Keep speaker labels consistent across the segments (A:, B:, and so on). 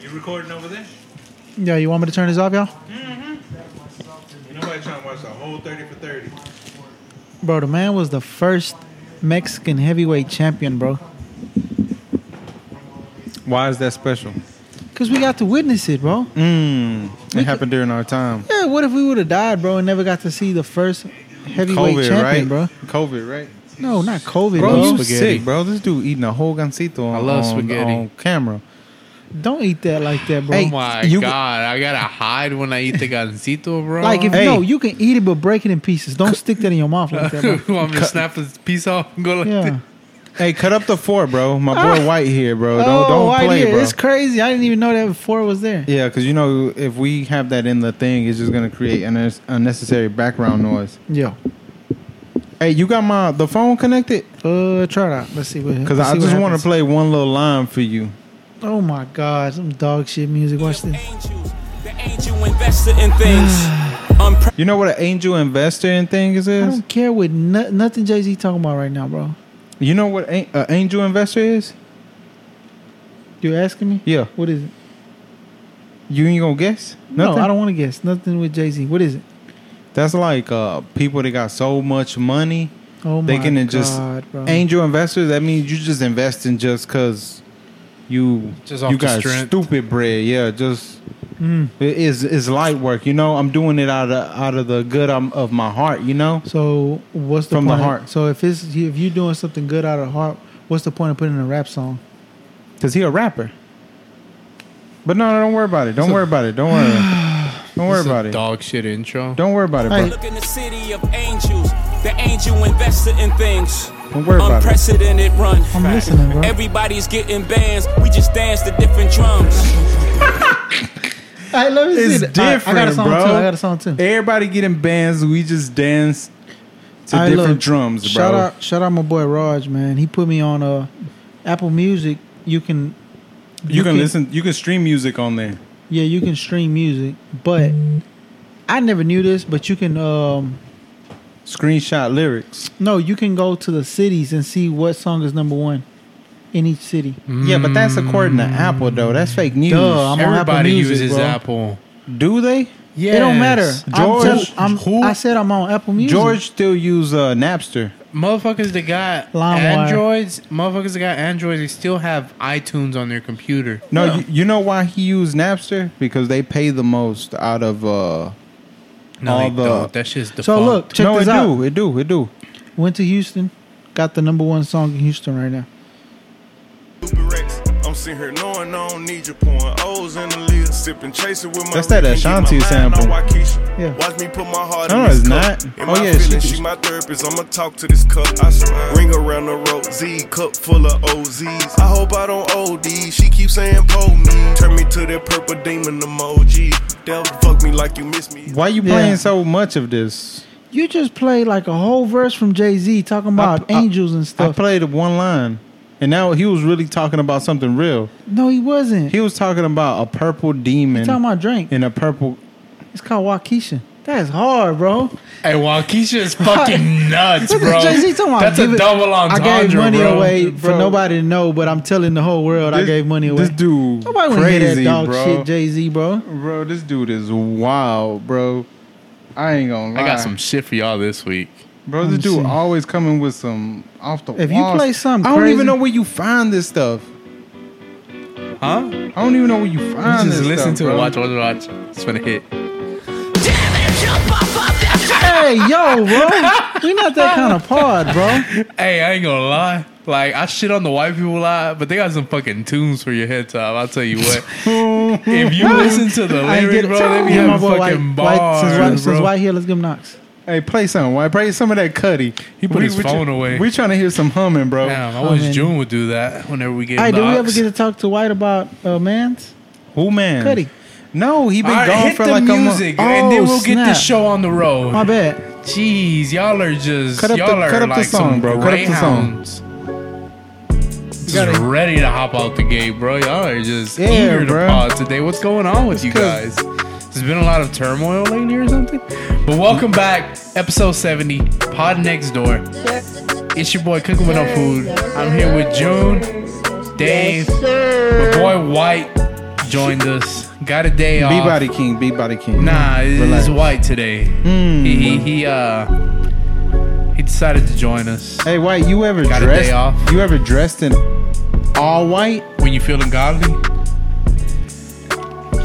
A: You recording over there?
B: Yeah, you want me to turn this off, y'all?
A: Ain't nobody trying to watch the whole 30 for 30.
B: Bro, the man was the first Mexican heavyweight champion, bro.
C: Why is that special?
B: Cause we got to witness it, bro. Hmm,
C: Mm, it happened during our time.
B: Yeah, what if we would have died, bro, and never got to see the first heavyweight
C: COVID, right?
B: champion, bro?
C: COVID, right?
B: No, not COVID,
C: Bro,
B: bro.
C: you
D: spaghetti.
C: sick, bro. This dude eating a whole gancito on,
D: I love
C: on-
D: spaghetti.
C: on camera.
B: Don't eat that like that, bro.
D: oh my
C: you-
D: god, I gotta hide when I eat the gansito, bro.
B: like if
C: Hey.
B: no, you can eat it, but break it in pieces. Don't stick that in your mouth like that, bro.
D: you want me to snap this piece off and go like
B: Yeah.
D: this?
C: Hey, cut up the four, bro. My boy White here, bro. Don't don't play,
B: right Ah. here.
C: bro.
B: Oh, It's crazy. I didn't even know that before it was there.
C: yeah, because you know if we have that in the thing, it's just gonna create an un- unnecessary background noise.
B: Yo,
C: Hey, you got my the phone connected?
B: uh, try it out. Let's see what.
C: Because
B: let's
C: I
B: see
C: just
B: what
C: want to
B: happens.
C: play one little line for you.
B: Oh my god, some dog shit music. Watch this.
E: Angels, the angel invested in things. Unpre-
C: You know what an angel investor in things
B: I
C: is?
B: don't care what no, nothing Jay Z talking about right now, bro.
C: You know what an a angel investor is?
B: You asking me?
C: Yeah.
B: What is it?
C: You ain't gonna guess?
B: No, I don't want to guess. Nothing with Jay Z. What is it?
C: That's like uh, people that got so much money,
B: Oh my
C: they can
B: god,
C: just
B: bro.
C: angel investors. That means you just invest in just cause you
D: Just off
C: you
D: the
C: got
D: strength.
C: stupid bread. Yeah, just
B: Mm.
C: it is it's light work. You know, I'm doing it out of out of the good um, of my heart. You know,
B: So what's the
C: From the
B: point of-
C: heart.
B: so if it's if you're doing something good out of heart, what's the point of putting in a rap song?
C: cause he a rapper. But no, no, don't worry about it. Don't worry about it. Don't worry. Don't worry
D: It's a
C: about it.
D: Dog shit intro.
C: Don't worry about it, bro.
B: Hey.
E: Look in the city of angels, the angel invested in things.
C: Don't worry about it.
E: Unprecedented run.
B: I'm listening, bro.
E: Everybody's getting bands. We just dance to different drums.
B: I love
C: It's
B: it. I, I got a
C: different,
B: song
C: bro.
B: too. I got a song too.
C: Everybody getting bands. We just dance to
B: I
C: different
B: love-
C: drums, bro.
B: Shout out, shout out, my boy Raj, man. He put me on uh, Apple Music. You can,
C: You, can, listen. You can stream music on there.
B: Yeah, you can stream music, but I never knew this. But you can, um,
C: Screenshot lyrics.
B: no, you can go to the cities and see what song is number one in each city.
C: Yeah, but that's according to Apple though. That's fake news.
B: Duh, I'm on Apple
D: Everybody
B: Music,
D: uses
B: bro.
D: Apple.
C: Do they?
D: Yeah,
B: It don't matter.
C: George,
B: I'm, tell- I'm
C: who-
B: I said I'm on Apple Music.
C: George still use uh, Napster.
D: Motherfuckers that got
B: LimeWire.
D: Androids, motherfuckers that got Androids, they still have iTunes on their computer.
C: No, You, you know why he used Napster? Because they pay the most out of. Uh,
D: No,
C: All
D: they
C: the-
D: don't. That shit's defunct.
B: So look, check
C: no,
B: this
C: it
B: out.
C: do. It do. It do.
B: Went to Houston, got the number one song in Houston right now.
F: Uber Rex. I'm sitting here knowing I don't need you pouring O's in the lid, sipping, chasing with my.
C: That's that
F: Rick and
C: Ashanti
F: get my mind
C: sample.
F: on Waikisha.
B: Yeah.
F: Watch me put my heart
C: No,
F: in this
C: it's
F: cup.
C: not.
F: In
C: Oh,
F: my
C: yeah, she-
F: feelings, she, my therapist. I'ma talk to this cup. I surround. Ring around the rope. Z cup full of OZs. I hope I don't OD. She keeps saying pull me. Turn me to that purple demon emoji. They'll fuck me like you miss me.
C: Why you
B: Yeah.
C: playing so much of this?
B: You just played like a whole verse from Jay Z talking about
C: I- I-
B: angels and
C: I
B: stuff.
C: played one line, and now he was really talking about something real.
B: no, he wasn't.
C: He was talking about a purple demon
B: talking about drink.
C: in a purple.
B: It's called Waukesha. That's hard, bro.
D: hey, Waukesha is fucking nuts, bro.
B: Jay Z talking about
D: That's a
B: give it-
D: double entendre,
B: I gave money
D: bro.
B: away for
C: Bro.
B: nobody to know, but I'm telling the whole world I
C: This-
B: gave money away.
C: This dude
B: Nobody wanna
C: crazy,
B: hear that dog
C: bro.
B: shit, Jay Z, bro.
C: Bro, this dude is wild, bro. I ain't gonna lie.
D: I got some shit for y'all this week.
C: Bro,
B: Let
C: this
B: me
C: dude
B: see.
C: always coming with some off the
B: If you
C: wall
B: play
C: s-
B: something
C: I don't
B: crazy-
C: even know where you find this stuff.
D: Huh?
C: I don't even know where you find
D: just
C: this
D: listen
C: stuff,
D: to it.
C: bro.
D: Watch, watch, watch. It's gonna hit.
B: Hey, yo, bro. We not that kind of pod, bro.
D: Hey, I ain't gonna lie. Like I shit on the white people a lot, but they got some fucking tunes for your head top. I'll tell you what. if you listen to the
B: I ain't
D: lyrics,
B: get-
D: bro, they be
B: Yeah, my
D: having
B: boy
D: fucking
B: White- White-
D: bars,
B: since, white,
D: bro.
B: since White here, let's give him knocks.
C: Hey, play something. Why play some of that Cuddy? He
D: put his phone away.
C: We trying to hear some humming, bro.
D: Damn, I wish
B: man.
D: June would do that whenever we get.
B: Hey,
D: the
B: did we ever
D: ox.
B: get to talk to White about uh, Mans?
C: Who man?
B: Cudi.
C: No, he been
D: All right,
C: gone
D: hit
C: for
D: the
C: like
D: music,
C: a month.
D: and then
B: Oh,
D: we'll get
B: snap.
D: this show on the road.
B: My bad.
D: Jeez, y'all are just
C: Cut up the-
D: y'all are
C: cut up the
D: like
C: song,
D: some
C: bro. Cut up the song.
D: greyhounds. Just ready to hop out the gate, bro. Y'all are just
C: Yeah,
D: eager
C: bro.
D: to pause today. What's going on with you guys? There's been a lot of turmoil lately or something. But welcome back, episode 70, Pod Next Door. It's your boy Cooking with No Food. I'm here with June, Dave, my boy White, joined us. Got a day off.
C: B Body King, B Body King.
D: Nah,
C: Mm. Relax.
D: it's white today.
C: Mm.
D: He, he he uh he decided to join us.
C: Hey, White, you ever
D: Got a
C: dressed?
D: day off.
C: You ever dressed in all white?
D: When you feeling godly,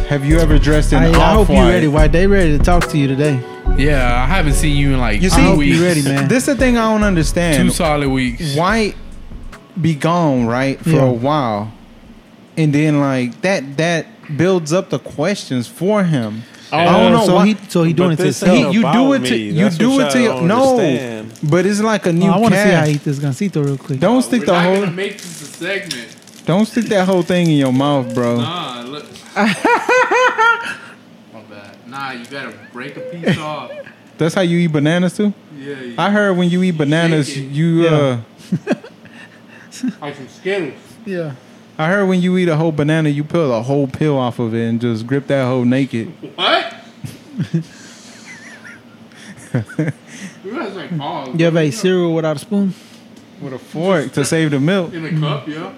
C: Have you ever dressed in
B: I, I
C: off
B: hope
C: white?
B: you ready. Why they ready to talk to you today?
D: yeah, I haven't seen you in like
C: You
D: two
C: see,
B: hope you
D: weeks.
B: ready, man.
C: This the thing I don't
D: Two
C: understand.
D: solid weeks.
C: White be gone right for
B: Yeah.
C: a while, and then like that that builds up the questions for him. I don't know
B: Uh, so
C: why.
B: he so he doing it
G: But
B: to
G: this
B: himself.
G: ain't
C: He- you do
G: about
C: it to
G: me.
C: you
G: That's
C: do
G: what
C: it to
G: y'all
C: your
G: don't
C: no,
G: understand.
C: but it's like a new.
B: I want to see
C: cat.
B: how he eats this gancito real quick.
C: Uh, Don't stick the whole
D: make this a segment.
C: don't stick that whole thing in your mouth, bro.
D: Nah, look. My bad. Nah, you gotta break a piece off.
C: That's how you eat bananas too.
D: Yeah, you,
C: I heard when you eat bananas,
D: Shake it.
C: you. Uh,
D: I can skin
B: Yeah.
C: I heard when you eat a whole banana, you peel a whole peel off of it and just grip that whole naked.
D: What? you guys like balls
B: You ever ate cereal without a spoon?
C: with a fork to save the milk.
D: in a cup, yeah.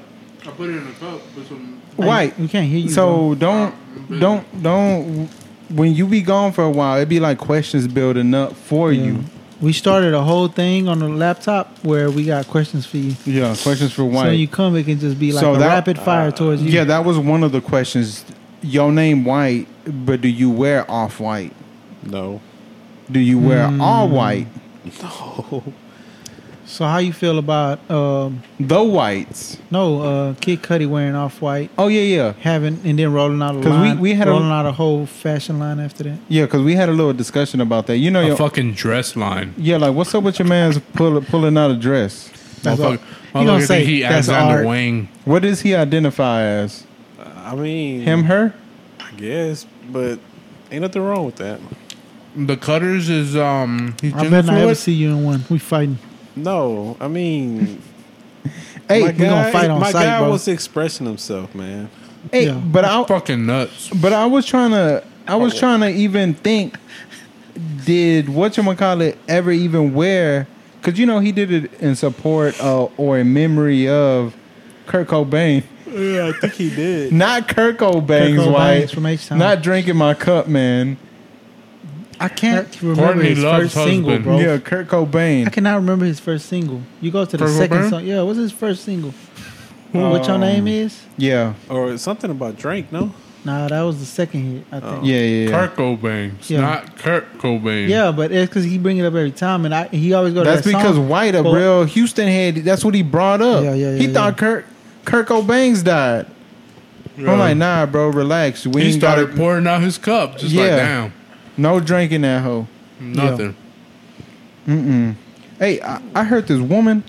D: I put it in a cup. Put some.
C: White.
B: We can't hear you. bro.
C: So don't, don't, don't. When you be gone for a while, it be like questions building up for you.
B: we started a whole thing on the laptop where we got questions for you.
C: Yeah, questions for
B: So when you
C: white.
B: come, it can just be like
C: So
B: a
C: that- Uh,
B: rapid fire towards you.
C: yeah, that was one of the questions. Your name white, but do you wear off white?
G: No.
C: Do you wear
B: Hmm.
C: all white?
B: so how you feel about um,
C: The whites.
B: no uh, Kid Cudi wearing off white,
C: Oh yeah, yeah.
B: having and then rolling out a
C: 'Cause we-
B: line,
C: we had a-
B: rolling out a whole fashion line after that.
C: Yeah, because we had a little discussion about that. You know,
D: A
C: your,
D: fucking dress line.
C: yeah, like what's up with your man's pull, pulling out a dress?
B: That's all.
D: Motherfucker,
B: You gonna
D: motherfucker
B: say
D: think he
B: that's
D: Alexander
B: art.
D: Wang.
C: What does he identify as?
G: I mean,
C: Him, her?
G: I guess, but ain't nothing wrong with that.
D: The cutters is um. He's
B: I bet
D: gender
B: I ever
D: fluid.
B: see you in one. We fighting.
G: No, I mean,
C: Hey,
G: my
B: we gonna
G: guy,
B: fight on
G: my
B: sight,
G: guy
B: bro.
G: was expressing himself, man.
C: hey,
B: yeah.
C: but I
D: Fucking nuts.
C: but I was trying to I was trying to even think. Did whatchamacallit ever even wear? Because you know he did it in support of or in memory of Kurt Cobain,
G: Yeah, I think he did.
C: not Kurt Cobain's
B: Kurt Cobain's
C: wife.
B: from H-Town.
C: Not drinking my cup, man. I
B: I
C: can't.
B: can't remember
D: Courtney
B: his first
D: Love's
B: single,
D: husband.
B: bro.
C: Yeah, Kurt Cobain.
B: I cannot remember his first single. You go to the
D: Kurt
B: second
D: Cobain?
B: song. Yeah, what's his first single?
C: Uh,
B: what your name is?
C: yeah,
G: Or something about drink, no?
B: Nah, that was the second hit. I think.
C: yeah, yeah. yeah.
D: Kurt Cobain. It's
B: Yeah.
D: not Kurt Cobain.
B: Yeah, but it's because he bring it up every time, and I he always go. To
C: Oh. That's
B: that
C: because
B: song.
C: White, a
B: But-
C: real Houston head, that's what he brought up.
B: Yeah, yeah,
C: he
B: yeah,
C: thought
B: yeah.
C: Kirk Kirk Cobain's died. I'm like, nah, bro, relax. We
D: He
C: ain't got
D: started
C: it.
D: pouring out his cup. Just like
C: Yeah.
D: damn,
C: no drinking that hoe.
D: nothing.
C: Hey, I, I heard this woman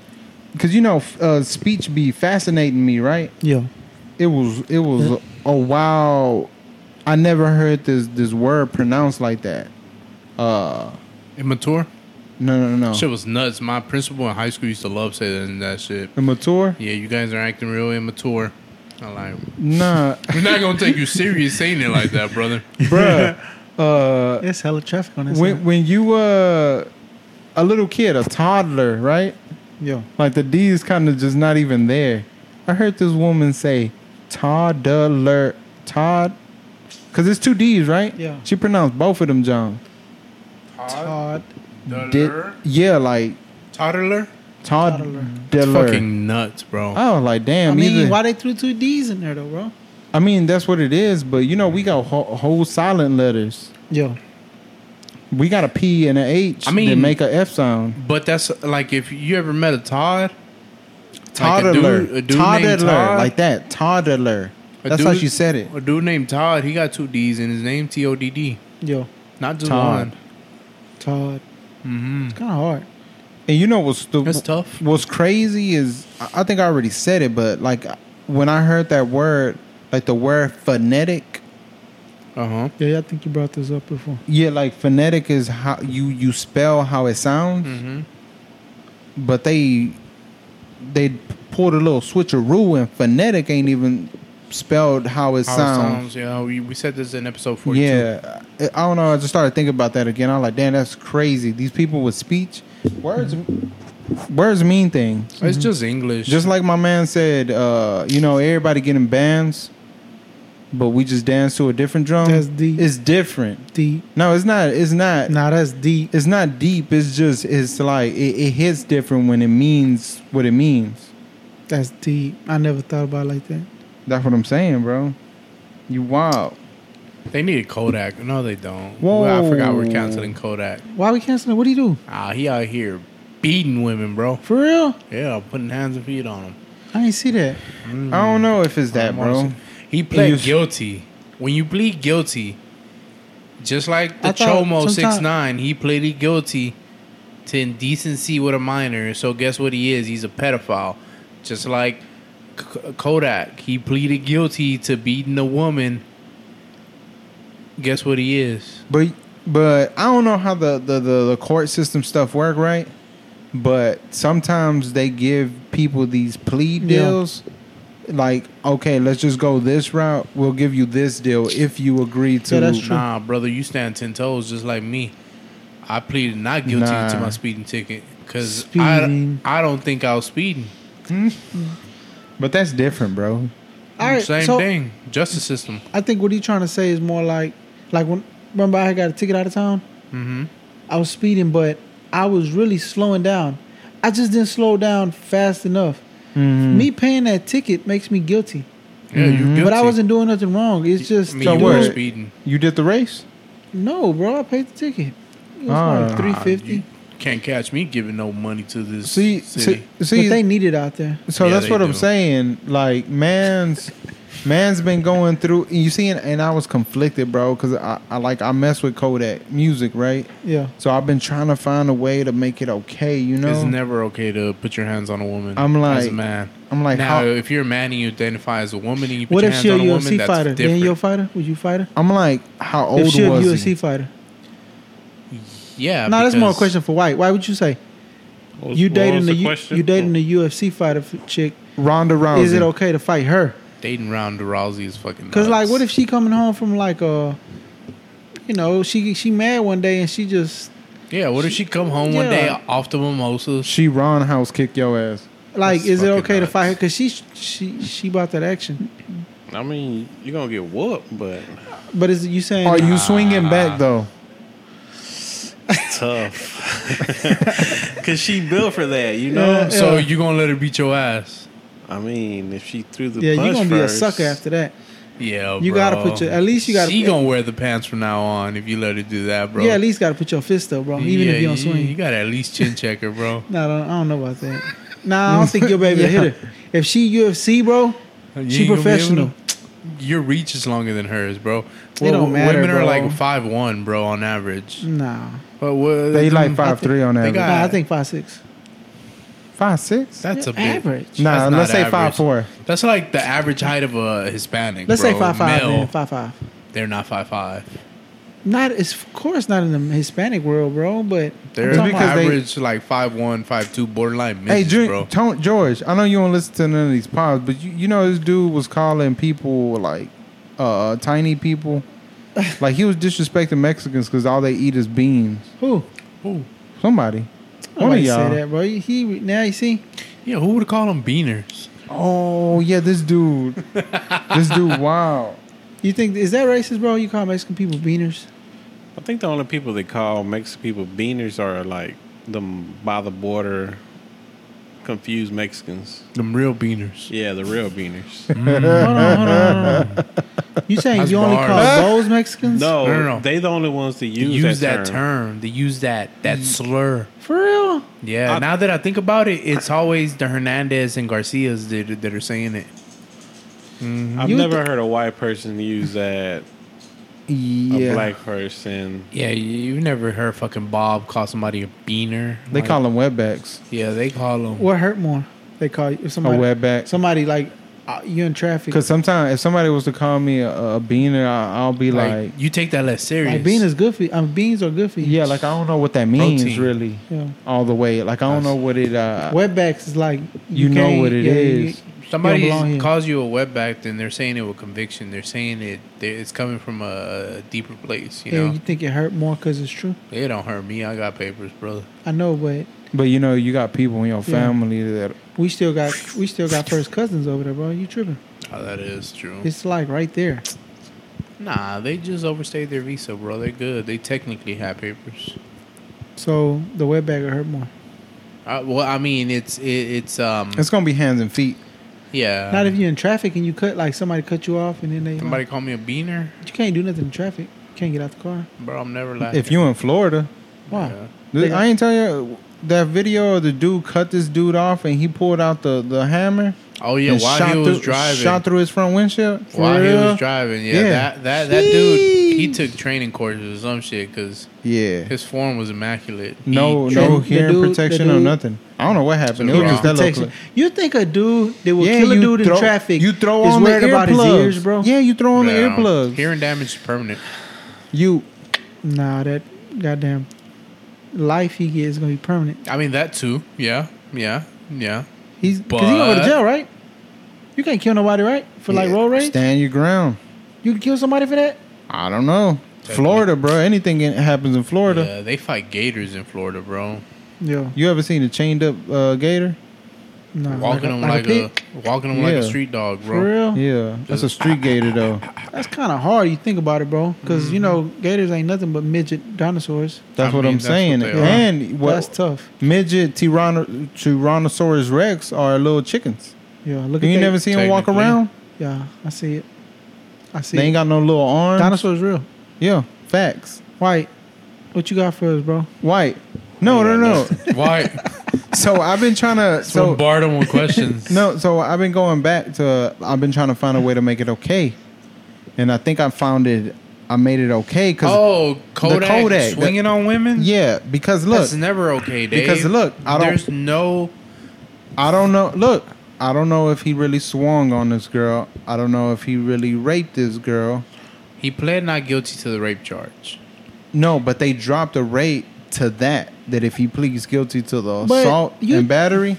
C: because you know f- uh, speech be fascinating me, right?
B: Yeah,
C: It was it was a, a while. I never heard this this word pronounced like that. Uh,
D: Immature.
C: no, no, no.
D: Shit was nuts. My principal in high school used to love saying that shit.
C: Immature?
D: Yeah, you guys are acting real immature. I like.
C: Nah,
D: We're not gonna take you serious saying it like that, brother.
C: bruh. Uh,
B: it's hella traffic on this.
C: when
B: When,
C: when you were a little kid, a toddler, right?
B: yeah,
C: Like the D is kind of just not even there. I heard this woman say toddler, Todd, because it's two D's, right?
B: Yeah.
C: She pronounced both of them, John.
B: Todd.
C: Did, yeah, like
D: Toddler.
C: toddler.
D: Fucking nuts, bro.
C: I was like, damn.
B: I mean,
C: either-
B: why they threw two D's in there though, bro?
C: I mean, that's what it is. But you know, we got whole, whole silent letters.
B: Yeah,
C: We got a P and a H.
D: I
C: that
D: mean-
C: make a F sound.
D: But that's like if you ever met a Todd, Like a dude-
C: Toddler,
D: a dude named
C: toddler,
D: Todd?
C: like that. Toddler.
D: a
C: That's how
D: dude-
C: she said it.
D: A dude named Todd, he got two D's in his name, T O D D,
B: yeah,
D: not just
C: Todd.
D: one.
B: Todd. Mm-hmm. It's kind of hard.
C: And you know what's the,
D: That's tough.
C: What's crazy is I I think I already said it, but like when I heard that word, like the word phonetic,
D: Uh huh.
B: Yeah, yeah, I think you brought this up before.
C: yeah, like phonetic is how you you spell how it sounds, but they they pulled a little switcheroo and phonetic ain't even spelled how it
D: How
C: sounds.
D: it sounds. Yeah, we, we said this in episode forty-two.
C: Yeah, I I don't know. I just started thinking about that again. I'm like, damn, that's crazy. These people with speech, words, words mean things.
D: it's just English.
C: Just like my man said, uh, you know, everybody getting bans. but we just dance to a different drum.
B: That's deep.
C: It's different.
B: deep.
C: No, it's not. It's not.
B: Nah, that's deep.
C: It's not deep. It's just. It's like it, it hits different when it means what it means.
B: That's deep. I never thought about it like that.
C: That's what I'm saying, bro. You wild.
D: They need a Kodak. No, they don't.
C: Whoa.
D: I forgot we're canceling Kodak.
B: Why we canceling? What do you do?
D: Ah, he out here beating women, bro.
B: For real?
D: Yeah, putting hands and feet on them.
B: I ain't see that. Mm.
C: I don't know if it's that, bro.
D: He pled
C: was-
D: guilty. When you plead guilty, just like the
B: I thought
D: Chomo
B: sometime-
D: six nine, he pleaded guilty to indecency with a minor. So guess what he is? He's a pedophile. Just like K- Kodak, he pleaded guilty to beating a woman. Guess what he is?
C: But but I don't know how the the, the, the court system stuff work, right? But sometimes they give people these plea
B: Yeah.
C: deals. Like, okay, let's just go this route. We'll give you this deal if you agree to.
B: Yeah, that's true.
D: Nah, brother, you stand ten toes just like me. I pleaded not guilty
C: Nah.
D: to my speeding ticket because I,
B: Speeding.
D: I don't think I was speeding.
C: But that's different, bro.
B: All right.
D: Same
B: so
D: thing, justice system.
B: I think what he trying to say is more like, like when remember I got a ticket out of town. Mm-hmm. I was speeding, but I was really slowing down. I just didn't slow down fast enough.
C: Mm-hmm.
B: Me paying that ticket makes me guilty,
D: Yeah, you guilty.
B: Mm-hmm. but I wasn't doing nothing wrong. It's just
D: I mean,
C: So
D: you were
C: what?
D: speeding.
C: You did the race.
B: no, bro. I paid the ticket. It was
C: Ah,
B: like three fifty.
D: You can't catch me giving no money to this
C: See, see,
D: city.
C: see
B: but they need it out there.
C: So
D: Yeah,
C: that's
D: they
C: what I'm
D: do.
C: saying. Like man's man's been going through. You see, and, and I was conflicted, bro, because I, I like I mess with Kodak music, right?
B: Yeah.
C: So I've been trying to find a way to make it okay. You know,
D: It's never okay to put your hands on a woman.
C: I'm
D: as a
C: like-
D: man.
C: I'm like,
D: now,
C: how-
D: if you're a man and you identify as a woman and you put
B: What
D: your
B: if
D: hands
B: she a
D: on a
B: UFC
D: woman, that's
B: fighter? Then
D: different.
B: you a fighter? Would you fight her?
C: I'm like, how old
B: If
C: was
B: she a UFC
C: he?
B: fighter?
D: yeah,
B: No, that's more a
D: because
B: question for white. Why would you say
G: What was-
B: you
G: what
B: dating
G: was
B: the, U-
G: question?
B: you dating the UFC fighter f- chick?
C: Ronda Rousey.
B: Is it okay to fight her?
D: Dating Ronda Rousey is fucking.
B: Because like,
D: nuts.
B: what if she coming home from like uh you know, she she mad one day and she just
D: Yeah, what if she come home one day
B: Yeah.
D: off the mimosas?
C: She Ron House kick your ass.
B: like,
D: That's
B: is it
D: fucking
B: okay to
D: nuts.
B: fight her? Because she she she bought that action.
G: I mean, you're gonna get whooped, but
B: But is you saying?
C: Are you swinging back though?
G: tough. Cause she built for that, you know.
B: Yeah.
D: So you gonna let her beat your ass?
G: I mean, if she threw the
B: Yeah,
G: punch
B: you gonna be a
G: first,
B: sucker after that.
D: Yeah,
B: You
D: bro.
B: gotta put your- at least you gotta-
D: She gonna wear the pants from now on if you let her do that, bro.
B: Yeah, at least gotta put your fist up, bro. Even
D: Yeah,
B: if you don't
D: you-
B: swing.
D: you gotta at least chin check her, bro.
B: No, I don't, I don't know about that. Nah, I don't think your baby will hit her. If she UFC, bro,
D: You
B: she
D: ain't gonna be
B: professional.
D: able to- Your reach is longer than hers, bro.
B: It don't matter,
D: Women are
B: bro. Mm.
D: like five one, bro, on average.
B: Nah,
D: But what,
C: They like
D: them-
C: five three on
D: They
C: average.
D: got-
B: nah I think five six.
C: five six.
D: That's a bit,
B: average.
C: Nah,
D: that's not
C: let's say
D: average.
C: five four.
D: That's like the average height of a Hispanic.
B: Let's say
D: bro.
B: five five,
D: Male,
B: man, five five.
D: They're not five five.
B: Not it's of course not in the Hispanic world, bro. But
D: They're
B: I'm talking
C: because
B: about-
C: they-
D: average like five one, five two, borderline
C: Hey,
D: midgets,
C: Jun-
D: bro.
C: Tone George, I know you don't listen to none of these pods, but you, you know this dude was calling people like uh, tiny people. like he was disrespecting Mexicans because all they eat is beans.
B: who?
C: Somebody, one of
B: Nobody say
C: y'all.
B: that, bro. He now you see
D: Yeah, who would call them beaners?
C: Oh yeah, this dude, this dude, wow.
B: you think is that racist, bro? You call Mexican people beaners?
G: I think the only people that call Mexican people beaners are like them by the border, confused Mexicans.
D: Them real beaners.
G: Yeah, the real beaners.
B: Hold on, hold on, hold on. You saying
D: That's
B: you only
D: bars.
B: call those Mexicans?
G: no,
D: No, no, no.
G: they the only ones that
D: They
G: use,
D: use that, term. They use that that
B: Mm.
D: slur.
B: for real.
D: Yeah.
G: I-
D: now that I think about it, it's always the Hernandez and Garcias that, that are saying it.
G: I've
B: You
G: never
B: th-
G: heard a white person use that. A
C: Yeah,
G: black person.
D: Yeah, you, have never heard fucking Bob call somebody a beaner.
C: they
D: Like,
C: call them webbacks.
D: Yeah, they call him.
B: What hurt more? They call you if
C: A
B: somebody.
C: webback.
B: Somebody like uh, you in traffic.
C: Because sometimes if somebody was to call me a, a beaner, I, I'll be
D: Like,
C: like,
D: you take that less serious.
B: Like bean is good for you. Um, beans are good for you.
C: yeah, like I don't know what that means
D: Protein.
C: really,
B: Yeah.
C: all the way. Like I don't know what it. Uh,
B: Webbacks is like
C: you know
B: can't-
C: what it
B: yeah,
C: is.
B: you-
D: somebody
B: you don't belong here.
D: calls you a wetback, then they're saying it with conviction. They're saying it. they it's coming from a deeper place. You
B: yeah,
D: know,
B: you think it hurt more because it's true.
D: it don't hurt me. I got papers, brother.
B: I know, but
C: But you know, you got people in your
B: Yeah.
C: family that
B: we still got we still got first cousins over there, bro. You tripping?
D: Oh, that is true.
B: It's like right there.
D: Nah, they just overstayed their visa, bro. They're good. They technically have papers.
B: So the wet bag will hurt more.
D: Uh, well, I mean, it's it, it's um
C: It's gonna be hands and feet.
D: yeah.
B: Not if you're in traffic and you cut like somebody cut you off and then they
D: somebody call me a beaner,
B: But you can't do nothing in traffic. You can't get out the car.
D: bro. I'm never laughing.
C: If you in Florida,
B: Why?
D: Yeah.
C: Th- I ain't tell you that video of the dude cut this dude off and he pulled out the, the hammer.
D: oh yeah,
C: and
D: while
C: shot
D: he was
C: through,
D: driving,
C: shot through his front windshield. For
D: while he
C: real?
D: was driving, yeah,
C: Yeah.
D: that that that dude, he
C: Sheesh.
D: took training courses or some shit because
C: Yeah.
D: his form was immaculate. He-
C: No,
B: He-
C: no
B: the
C: hearing
B: dude- the
C: protection or
B: dude-
C: nothing. I don't know what happened. It
D: Hearing
C: was just that
B: Protection.
C: little clip.
B: You think a dude that will
C: yeah,
B: kill a
C: you
B: dude
C: throw,
B: in traffic
C: You throw
B: is
C: on the
B: worried about his
C: earplugs.
B: ears, bro?
C: Yeah, you throw on the
D: Yeah.
C: earplugs.
D: Hearing damage is permanent.
C: You
B: Nah, that goddamn life he gets is gonna be permanent.
D: I mean that too. Yeah, yeah, yeah.
B: He's because he gonna go
D: But-
B: to jail, right? You can't kill nobody, right? For like
C: Yeah,
B: road rage,
C: Stand your ground.
B: you can kill somebody for that.
C: I don't know. Florida, bro. Anything in- happens in Florida.
D: Yeah, they fight gators in Florida, bro.
B: Yeah,
C: You ever seen a chained up uh, gator?
B: no.
D: Walking them like a,
B: pig.
D: walking them like a
C: Yeah.
D: street dog, bro.
B: for real.
C: Yeah, that's a street gator though.
B: That's kind of hard. You think about it, bro, because you know gators ain't nothing but midget dinosaurs.
C: That's
D: I
C: what
D: mean,
C: I'm
D: that's what
C: saying.
D: they are.
C: and what
B: That's tough.
C: midget Tyranno- Tyrannosaurus Rex are little chickens.
B: Yeah, look
C: You
B: at
C: ain't
B: that.
C: never see them walk
D: Technically.
C: around.
B: Yeah, I see it. I see.
C: They ain't
B: it.
C: got no little arms.
B: dinosaurs real.
C: Yeah, facts.
B: White, what you got for us, bro?
C: White. No, no, no.
D: Why?
C: so I've been trying to.
D: So,
C: So
D: Bombard them with questions.
C: no, so I've been going back to. I've been trying to find a way to make it okay, and I think I found it. I made it okay because
D: Oh, Kodak,
C: Kodak, the-
D: swinging on women.
C: yeah, because look,
D: Oh. that's never okay, Dave.
C: Because look, I don't-
D: There's no.
C: I don't know. Look, I don't know if he really swung on this girl. I don't know if he really raped this girl.
D: He pled not guilty to the rape charge.
C: No, but they dropped a rate to that. That if he pleads guilty to the
B: But
C: assault
B: you-
C: and battery.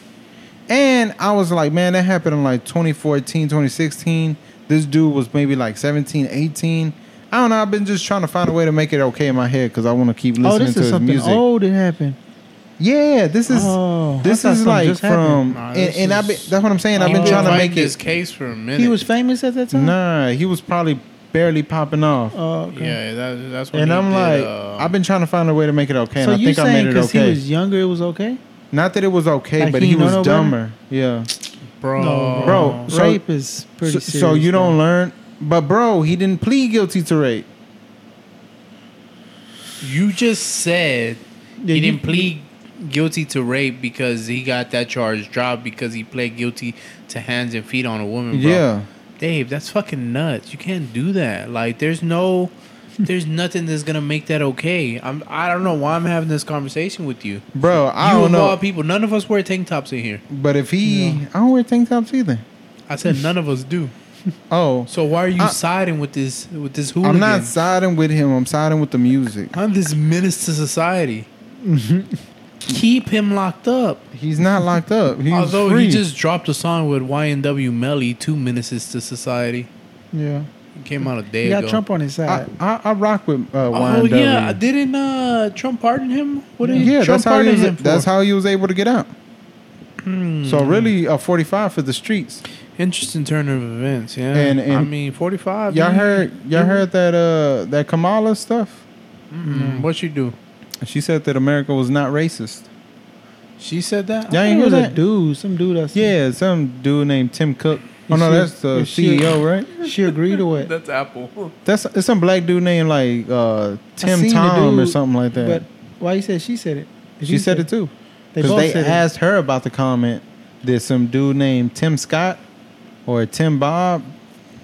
C: And I was like, man, that happened in like 2014, 2016. This dude was maybe like 17, 18. I don't know. I've been just trying to find a way to make it okay in my head because I want to keep listening
B: oh, this
C: to
B: is
C: his
B: something
C: music.
B: old that happened.
C: Yeah, this is
B: Oh, I
C: this
B: thought
C: is
B: something
C: like
B: just happened.
C: from
D: Nah,
C: and,
D: this
C: and I've been
D: is-
C: that's what I'm saying. I've
D: He
C: been
D: was
C: trying to
D: fighting
C: make
D: this
C: it
D: case for a minute.
B: He was famous at that time.
C: Nah, he was probably barely popping off.
B: Oh, okay.
D: Yeah, that, that's what. uh,
C: and I'm like, I've
D: been.
C: been trying to find a way to make it okay. And
B: so
C: I
B: you
C: think I
B: saying
C: made it
B: because
C: okay.
B: he was younger, it was okay?
C: Not that it was okay,
B: Like
C: but
B: he
C: he,
B: know
C: was
B: no better?
C: dumber. Yeah.
D: bro,
B: No,
C: Oh. Bro, so-
B: rape is pretty
C: So,
B: serious.
C: so you
B: bro.
C: don't learn. But bro, he didn't plead guilty to rape.
D: You just said
B: Yeah,
D: he
B: you-
D: didn't plead guilty to rape because he got that charge dropped because he pled guilty to hands and feet on a woman. Bro.
C: Yeah.
D: Dave, that's fucking nuts. You can't do that. Like, there's no, there's nothing that's gonna make that okay. I'm, I don't know why I'm having this conversation with you.
C: Bro, I
D: you
C: don't
D: of all
C: know.
D: people, none of us wear tank tops in here.
C: But if he, I don't wear tank tops either.
D: I said none of us do.
C: Oh,
D: So why are you
C: I-
D: siding with this with this hooligan?
C: I'm not siding with him. I'm siding with the music.
D: I'm this menace to society. Keep him locked up.
C: He's not locked up. He's
D: Although
C: free.
D: he just dropped a song with YNW Melly, two menaces to society.
B: Yeah.
D: It came out a day
B: He got
D: ago.
B: Trump on his
C: I,
B: side.
C: I, I rock with uh,
D: oh
C: YNW.
D: yeah, didn't uh, Trump pardon him? What did
C: Yeah,
D: Trump
C: that's how he
D: pardon
C: was,
D: him for? Hmm.
C: that's how he was able to get out. So really, a forty-five for the streets.
D: Interesting turn of events. Yeah,
C: And- and-
D: I mean, forty five.
C: Y'all heard? Y'all heard that uh that Kamala stuff?
D: What Mm, she do?
C: She said that America was not racist.
D: She said that.
C: Y'all
B: I
C: ain't hear
B: think it was a
C: that?
B: dude, some dude that's
C: Yeah, some dude named Tim Cook. Oh no,
B: she-
C: that's the
B: is she-
C: CEO, right?
B: She agreed to it.
D: That's Apple.
C: That's it's some black dude named like uh
B: I
C: Tim
B: seen the
C: Tom or
B: dude,
C: something like that.
B: But why you said she said it?
C: she said it too.
B: They
C: Because
B: both
C: they,
B: said it.
C: asked her about the comment that some dude named Tim Scott or Tim Bob,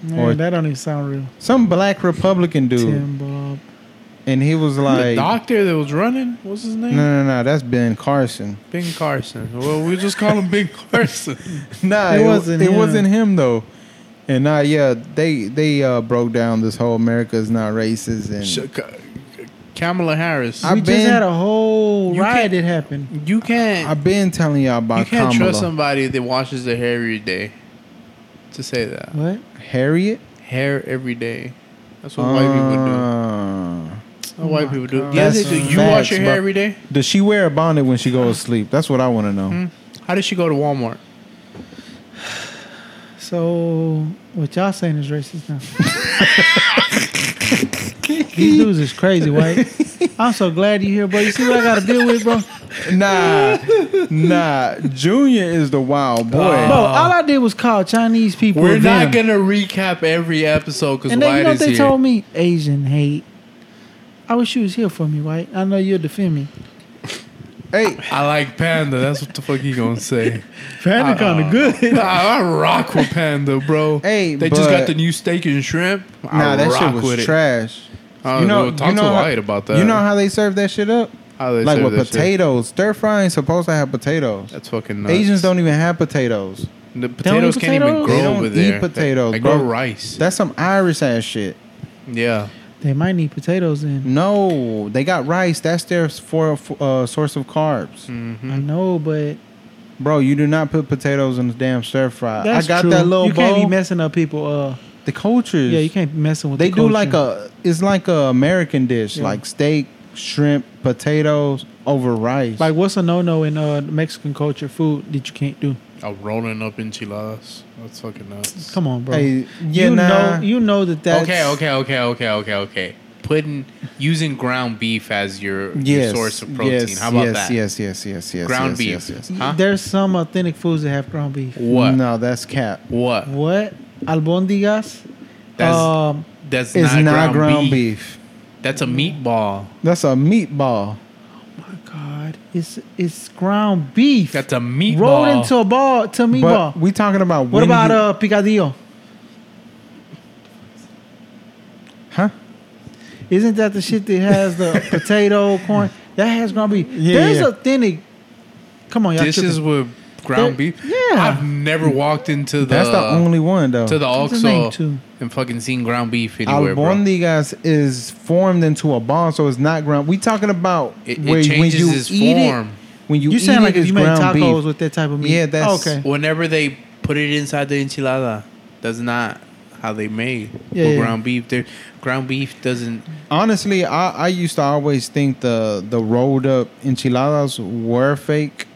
B: Man,
C: or-
B: that don't even sound real.
C: some black Republican dude,
B: Tim Bob.
C: and he was
D: the
C: like,
D: doctor that was running. What's his name?
C: No, no, no. That's Ben Carson.
D: Ben Carson. Well, we just call him Ben Carson.
C: Nah,
B: It
C: it,
B: wasn't
C: wasn't. It
B: him.
C: wasn't him though. And nah, yeah, they they uh, broke down this whole America's not racist and
D: Sh- Kamala Harris.
C: I-
B: we
C: been-
B: just had a whole
D: You
B: riot
D: can't-
B: that happened.
D: you can't.
C: I've been telling y'all about
D: you can't
C: Kamala.
D: trust somebody that washes their hair every day. To say that
B: What?
C: Harriet.
D: hair every day, that's what white people do.
C: Uh,
D: That's what white people do.
B: God.
D: Yeah,
C: That's
D: they do. You wash
C: facts,
D: your hair
C: bro.
D: every day.
C: Does she wear a bonnet when
D: Hmm?
C: she goes to sleep? That's what I want to know.
D: How does she go to Walmart?
B: So what y'all saying is racist now? These dudes is crazy, white. I'm so glad you here, bro. You see what I gotta deal with, bro?
C: Nah, nah. Junior is the wild boy.
D: Oh.
B: Bro, all I did was call Chinese people.
D: We're not
B: them.
D: gonna recap every episode because
B: And then you
D: White
B: know what
D: is
B: they
D: here.
B: told me? Asian hate. I wish you was here for me, white. I know you'll defend me.
C: hey,
D: I like Panda. That's what the fuck he gonna say.
C: Uh,
B: Panda kind of good.
D: I, I rock with Panda, bro.
C: Hey,
D: they just
C: but-
D: got the new steak and shrimp. I
C: nah, that
D: rock
C: shit
D: with
C: was
D: it.
C: trash.
D: Uh, well, talk to White about that.
C: You know how they serve that shit up?
D: How they
C: like
D: serve
C: with
D: that shit.
C: potatoes. Stir frying supposed to have potatoes.
D: That's fucking nuts.
C: Asians don't even have potatoes.
D: The potatoes
B: eat
D: can't even
B: potatoes?
D: grow
C: They don't
D: over
C: eat
D: there.
C: potatoes,
D: They grow
C: bro.
D: rice.
C: That's some Irish ass shit.
D: yeah.
B: They might need potatoes in.
C: No, they got rice. That's their s- for uh, source of carbs.
B: I know, but
C: Bro, you do not put potatoes in the damn stir fry.
B: that's
C: I got
B: true.
C: that little
B: You can't
C: bowl.
B: be messing up people. Uh,
C: the cultures.
B: yeah, you can't be messing with.
C: They
B: the
C: do
B: culture.
C: like a. It's like a American dish,
B: Yeah.
C: like steak, shrimp, potatoes over rice.
B: Like what's a no no in uh the Mexican culture food that you can't do?
D: A rolling up enchiladas. That's fucking nuts.
B: Come on, bro.
C: Hey, yeah,
B: you
C: nah.
B: know you know that that's
D: Okay, okay, okay, okay, okay, okay. Putting using ground beef as your, your
C: yes,
D: source of protein.
C: Yes,
D: How about
C: yes,
D: that?
C: Yes, yes, yes, yes.
D: Ground
C: yes,
D: beef.
C: Yes, yes.
D: Huh?
B: There's some authentic foods that have ground beef.
D: What?
C: No, that's cap.
D: What?
B: What albondigas?
D: That's
B: um,
D: that's
C: Uh, It's
D: not, ground, beef.
C: beef.
D: That's a meatball.
C: That's a meatball.
B: my God, it's it's ground beef.
D: That's a meatball.
B: rolled into a ball to meatball.
C: But we talking about
B: what
C: when
B: about
C: you-
B: uh picadillo?
C: huh?
B: Isn't that the shit that has the potato, corn? That has ground beef.
C: Yeah,
B: There's
C: yeah.
B: authentic. Come on, y'all.
D: dishes
B: tripping.
D: with ground
B: There-
D: beef.
B: yeah.
D: I've never walked into the
C: That's the only one though.
D: to the
B: What's his name,
D: Oxxo
B: too?
D: and fucking seen ground beef anywhere, bro.
C: Albondigas is formed into a ball, so it's not ground. We talking about
D: It- it
C: where, when
D: changes
C: you
D: its
C: eat it.
D: form.
C: When you
B: You
C: eat
B: sound
C: it,
B: like
C: it's
B: if you make
C: ground
B: tacos
C: beef.
B: with that type of meat.
C: Yeah, that's-
B: okay.
D: Whenever they put it inside the enchilada, that's not how they made
B: Yeah,
D: with
B: yeah.
D: ground beef. Their ground beef doesn't.
C: Honestly, I, I used to always think the the rolled up enchiladas were fake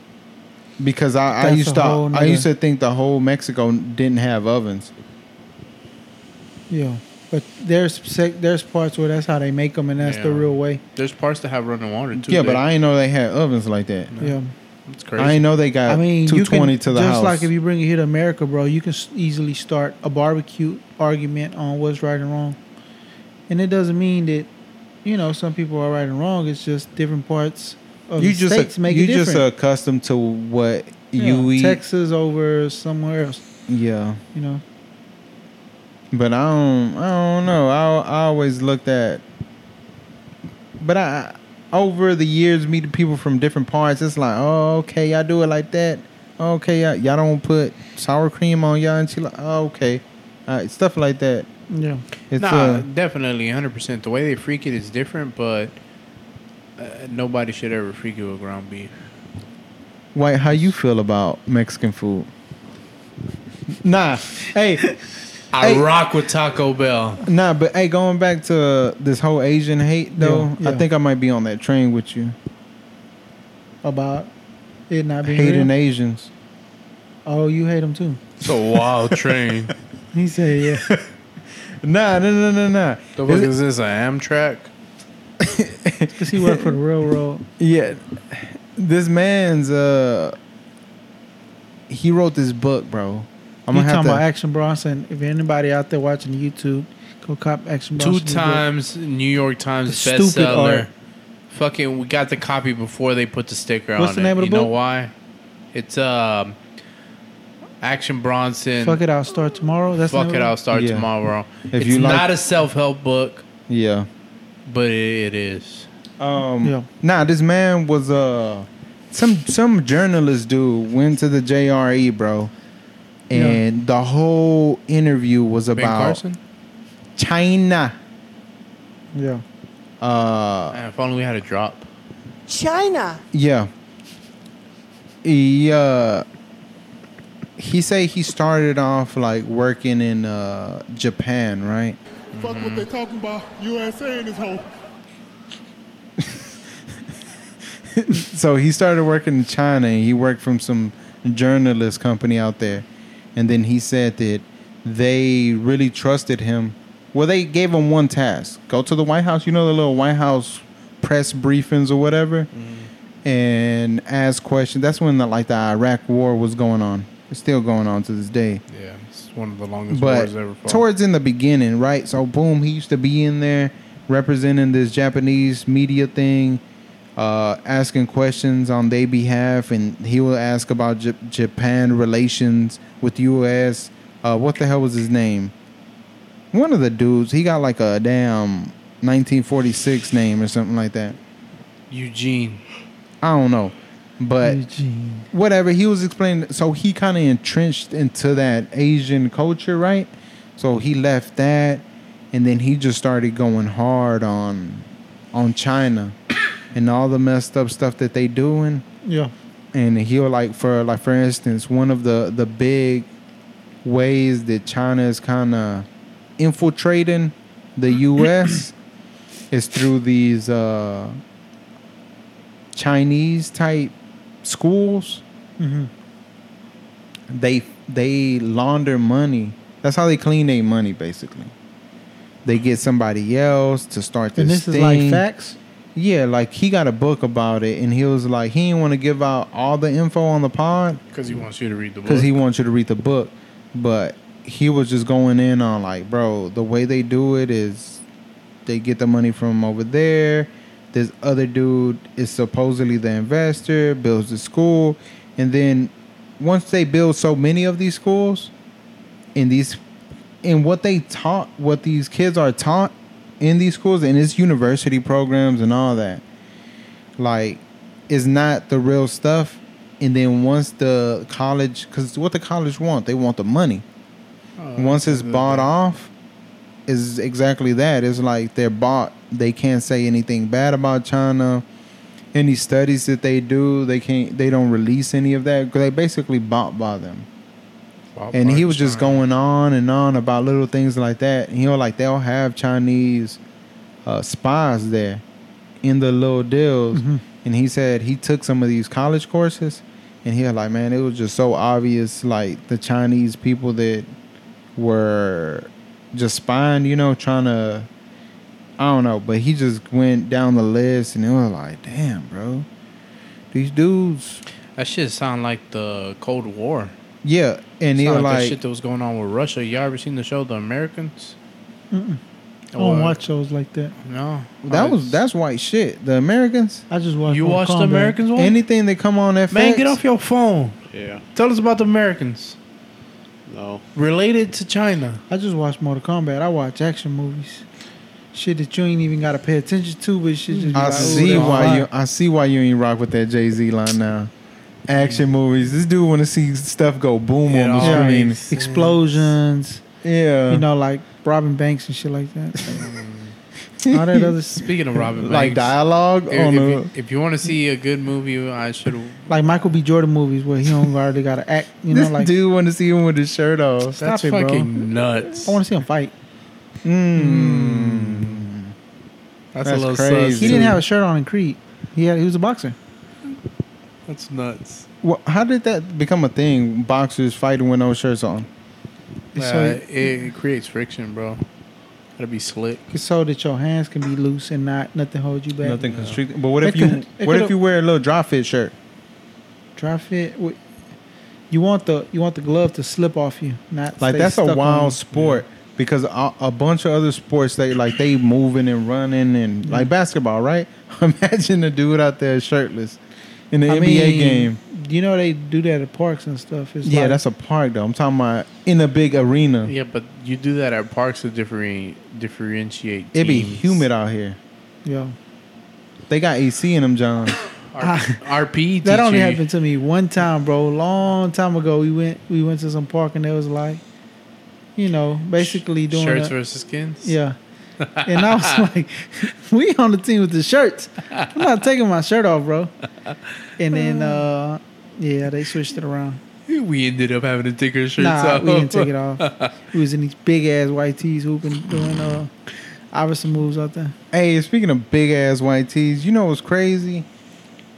C: because I, I
B: That's
C: used
B: a
C: to
B: whole
C: I
B: nother-
C: used to think the whole Mexico didn't have ovens.
B: Yeah, but there's sec- there's parts where that's how they make them, and that's the
D: Yeah.
B: real way.
D: There's parts that have running water too.
C: yeah, but
D: there.
C: I didn't know they had ovens like that.
B: Yeah,
D: It's
C: I
D: crazy.
C: didn't know they got
B: I mean, you
C: two
B: can
C: twenty to the
B: just
C: house.
B: like if you bring it here to America, bro, you can s- easily start a barbecue argument on what's right and wrong, and it doesn't mean that you know some people are right and wrong. It's just different parts of
C: you
B: the
C: just
B: states make
C: you
B: it
C: just
B: different.
C: accustomed to what you
B: Yeah,
C: eat.
B: Texas over somewhere else,
C: Yeah.
B: you know.
C: But I don't, I don't know. I, I always looked at, but I, over the years, meeting people from different parts, it's like, oh, okay, y'all do it like that. Okay, y'all, y'all don't put sour cream on y'all enchilada. Oh, okay, All right, stuff like that.
B: Yeah,
C: It's
D: nah,
C: uh,
D: definitely, hundred percent. The way they freak it is different, but uh, nobody should ever freak it with ground beef.
C: White, how you feel about Mexican food? Nah, hey,
D: I
C: Hey.
D: rock with Taco Bell.
C: nah, but hey, going back to this whole Asian hate though,
B: Yeah, yeah.
C: I think I might be on that train with you,
B: about it not being
C: hating
B: real.
C: Asians.
B: Oh, you hate them too.
D: It's a wild train.
B: He said, "Yeah."
C: Nah, nah, nah, nah, nah.
D: the fuck is this? An Amtrak?
B: Cause he worked for the railroad.
C: Yeah. This man's uh he wrote this book, bro. I'm gonna
B: you talking
C: have to
B: about Action Bronson? If anybody out there watching YouTube, go cop Action
D: Two
B: Bronson.
D: times New York Times
B: The stupid
D: bestseller.
B: art.
D: Fucking, we got the copy before they put the sticker
B: What's
D: on
B: the
D: it.
B: name of the
D: you know
B: book?
D: why? It's um, Action Bronson.
B: Fuck it, I'll start tomorrow. That's
D: Fuck
B: not
D: it, I'll start
C: Yeah.
D: tomorrow.
C: If
D: it's
C: you like-
D: not a self help book,
C: Yeah.
D: but it, it is.
C: Um
B: Yeah.
C: nah, this man was uh some some journalist dude went to the JRE, bro. And the whole interview was
D: Ben
C: about
D: Carson?
C: China.
B: Yeah,
C: Uh
D: Man, if only we had a drop.
H: China.
C: yeah. He uh he say he started off like working in uh Japan, right?
I: Fuck what they talking about. USA in this whole
C: so he started working in China and he worked from some journalist company out there. And then he said that they really trusted him. Well, they gave him one task go to the White House, you know, the little White House press briefings or whatever,
I: Mm-hmm.
C: and ask questions. That's when, the, like, the Iraq war was going on. It's still going on to this day
D: Yeah, it's one of the longest
C: but
D: wars ever fought.
C: towards in the beginning, right? So boom, he used to be in there representing this Japanese media thing, uh, asking questions on their behalf, and he will ask about J- Japan relations with U.S. Uh, what the hell was his name? One of the dudes, he got like a damn 1946 name or something like that.
D: Eugene.
C: I don't know, but
B: Eugene.
C: whatever he was explaining so he kind of entrenched into that asian culture right so he left that and then he just started going hard on on china and all the messed up stuff that they doing
B: Yeah.
C: and he'll like for like for instance one of the the big ways that china is kind of infiltrating the us is through these uh chinese type schools
B: Mhm.
C: they they launder money that's how they clean their money basically they get somebody else to start this
B: And this
C: thing.
B: is like facts.
C: Yeah, like he got a book about it, and he was like, he didn't want to give out all the info on the pod
D: Because he wants you to read the book.
C: because he wants you to read the book. But he was just going in on like, bro, the way they do it is they get the money from over there. This other dude is supposedly the investor, builds the school, and then once they build so many of these schools, in these, in what they taught, what these kids are taught in these schools, and it's university programs and all that, like, is not the real stuff. And then once the college, because what the college want, they want the money. once it's bought off, is exactly that. It's like they're bought. They can't say anything bad about China. Any studies that they do, they can't. They don't release any of that because they basically bought by them.
D: Bob
C: And he was
D: Barker
C: just going on and on about little things like that. And, you know, like they'll have Chinese uh, spies there in the little deals.
D: Mm-hmm.
C: And he said he took some of these college courses, and he was like, man, it was just so obvious, like the Chinese people that were just spying, you know, trying to. I don't know, but he just went down the list, and it was like, damn, bro, these dudes.
D: Stein. That shit sound like the Cold War.
C: Yeah, and he
D: Sound
C: was
D: like, that
C: like,
D: shit that was going on with Russia. You ever seen the show The Americans?
B: I don't watch shows like that.
D: No.
C: that was that's white shit. The Americans.
B: I just watch.
D: You
B: Mortal
D: watched The
B: Kombat.
D: Americans one?
C: Anything that come on FX,
D: Man, get off your phone.
G: Yeah.
D: Tell us about the Americans.
G: No.
D: Related to China.
B: I just watch Mortal Kombat. I watch action movies. Shit that you ain't even gotta pay attention to, but shit just. be
C: I
B: like, oh,
C: see
B: that's
C: why
B: fire.
C: you. I see why you ain't rock with that Jay Z line now. Action movies. This dude want to see stuff go boom
D: It
C: on the
D: all
C: screen.
D: makes-
B: explosions.
C: Yeah,
B: You know, like robbing banks and shit like that. All that other, s-
D: Speaking of Robin
C: like
D: Banks,
C: dialogue
D: if,
C: on
D: if
C: a.
D: you, if you want to see a good movie, I should.
B: like Michael B. Jordan movies where he don't already gotta act. You know,
C: this
B: like
C: dude want to see him with his shirt off.
B: stop
D: That's
B: it, bro.
D: fucking nuts.
B: I want to see him fight.
C: Hmm.
D: That's,
C: That's
D: a little
C: crazy.
D: sus.
B: He didn't have a shirt on in Creed. He had. He was a boxer.
D: That's nuts.
C: Wha- how did that become a thing? Boxers fighting with no shirts on.
D: Uh, it, it creates friction, bro. Gotta be slick.
B: So that your hands can be loose and not nothing hold you back.
C: Nothing constrict. But what if
B: It
C: you?
B: could- it
C: what if
B: could've-
C: you wear a little dry fit shirt?
B: Dry fit. wh- You want the you want the glove to slip off you, not
C: Like
B: stay
C: that's a
B: stuck on
C: wild
B: you.
C: sport because a, a bunch of other sports they like they moving and running and like basketball, right? Imagine a dude out there shirtless in the
B: I
C: NBA
B: mean,
C: game.
B: You know they do that at parks and stuff. It's
C: Yeah,
B: like,
C: that's a park though. I'm talking about in a big arena.
D: Yeah, but you do that at parks to differentiate. differentiate
C: It be
D: teams.
C: humid out here.
B: yeah.
C: They got AC in them, John.
D: Our, our PE
B: Ah, That only
D: teacher-
B: happened to me one time, bro. Long time ago, we went we went to some park and it was like, you know, basically doing
D: shirts
B: a-
D: versus skins.
B: yeah. And I was like, we on the team with the shirts. I'm not taking my shirt off, bro. And then uh yeah, they switched it around.
D: we ended up having to take our shirts
B: nah,
D: off.
B: we didn't take it off. we was in these big ass white tees hooping, doing uh, Iverson moves out there.
C: hey, speaking of big ass white tees, you know what's crazy?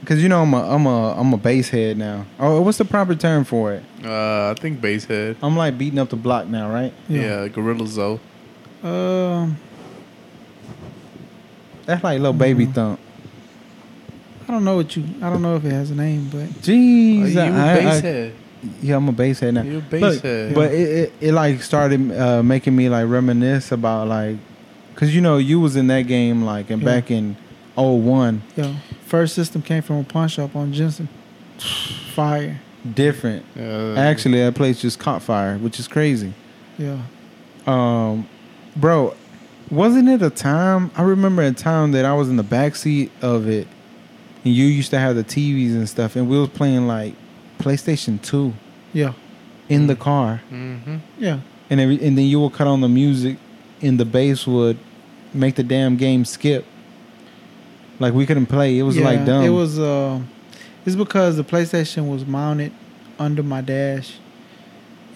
C: Cause you know I'm a I'm a I'm a base head now. Oh, what's the proper term for it?
D: Uh, I think Basehead.
C: I'm like beating up the block now, right?
D: Yeah, Gorilla Zoe.
B: Um,
C: That's like little baby
B: Mm-hmm.
C: thump.
B: I don't know what you. I don't know if it has a name, but
D: Uh,
B: Oh,
C: Jeez,
D: you
C: I- I-
D: Basehead.
C: yeah, I'm a bass head now.
D: You a bass head.
C: But it, it, it like started uh, making me like reminisce about like, cause you know you was in that game like and
B: Yeah.
C: back in '01,
B: yo, first system came from a pawn shop on Jensen. Fire.
C: different.
D: Uh,
C: Actually, that place just caught fire, which is crazy.
B: Yeah.
C: Um, bro, wasn't it a time? I remember a time that I was in the backseat of it, and you used to have the TVs and stuff, and we was playing like PlayStation Two
B: Yeah.
C: in
D: Mm.
C: the car,
D: mhm.
B: Yeah.
C: and every, and then you will cut on the music, and the bass would make the damn game skip. Like we couldn't play. It was like dumb.
B: It was. Uh, it's because the PlayStation was mounted under my dash,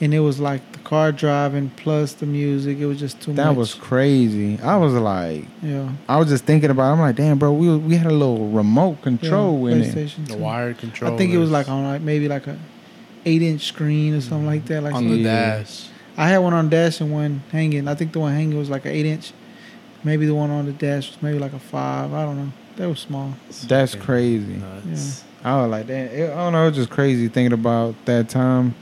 B: and it was like the car driving plus the music. It was just too much.
C: that was crazy. I was like,
B: yeah.
C: I was just thinking about. It. I'm like, damn, bro, we we had a little remote
B: yeah,
C: control in it.
B: PlayStation
D: The
B: two.
D: wired control.
B: I think it was like on like maybe like a eight inch screen or something like that. Like
D: on the
B: something-
D: dash.
B: I had one on dash and one hanging. I think the one hanging was like an eight inch. Maybe the one on the dash was maybe like a five. I don't know. They were small.
C: That's crazy.
D: Nuts.
C: I was like, damn, it, I don't know, it's just crazy thinking about that time.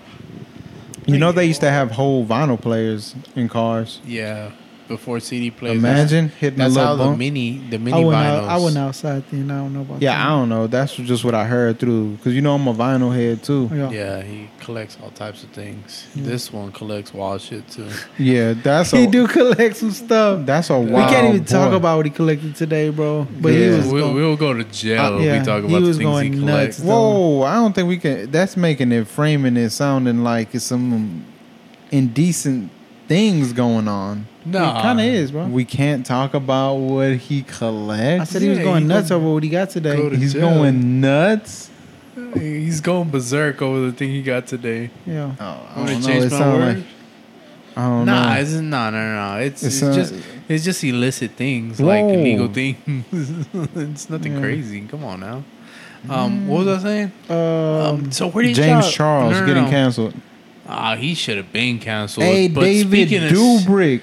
C: You know, they used to have whole vinyl players in cars.
D: Yeah. Before CD players.
C: Imagine hitting
D: That's,
C: a
D: that's how
C: little
D: the
C: bump.
D: mini the mini
B: I went
D: vinyls.
B: out, I went outside then. I don't know about
C: yeah, I
B: that.
C: don't know. That's just what I heard through because you know I'm a vinyl head too.
B: Yeah.
D: Yeah, he collects all types of things. This one collects wild shit too.
C: Yeah, that's
B: he
C: a
B: do collect some stuff.
C: that's a wild.
B: we can't even
C: boy.
B: talk about what he collected today, bro. But he
C: Yeah.
B: was
D: we'll,
B: going,
D: we'll go to jail
B: yeah,
D: if we talk
B: he
D: about the
B: was
D: things he
B: going nuts.
D: collects.
C: Whoa, I don't think we can. That's making it framing it sounding like it's some indecent things going on.
D: No,
B: it kind of is, bro.
C: We can't talk about what he collects.
B: I said he was
D: Yeah,
B: going
D: he
B: nuts
D: gonna
B: over what he got today.
D: go to
C: He's
D: jail.
C: going nuts.
D: He's going berserk over the thing he got today.
B: yeah,
C: Oh, I
D: I'm gonna
C: don't know.
D: change
C: It
D: my
C: sound
D: word.
C: like I
B: Oh,
C: don't
D: nah,
C: know.
D: it's no, no, no. It's
C: It's
D: it's,
B: uh,
C: not-
D: just it's just illicit things like
C: Whoa.
D: illegal things. it's nothing crazy. Come on now. Um, what was I saying?
B: um,
D: Um, so where did
C: James
D: y'all-
C: Charles
D: no, no,
C: getting
D: no.
C: canceled.
D: Ah, he should have been canceled.
C: Hey,
D: but
C: David
D: speaking of-
C: Dubrick.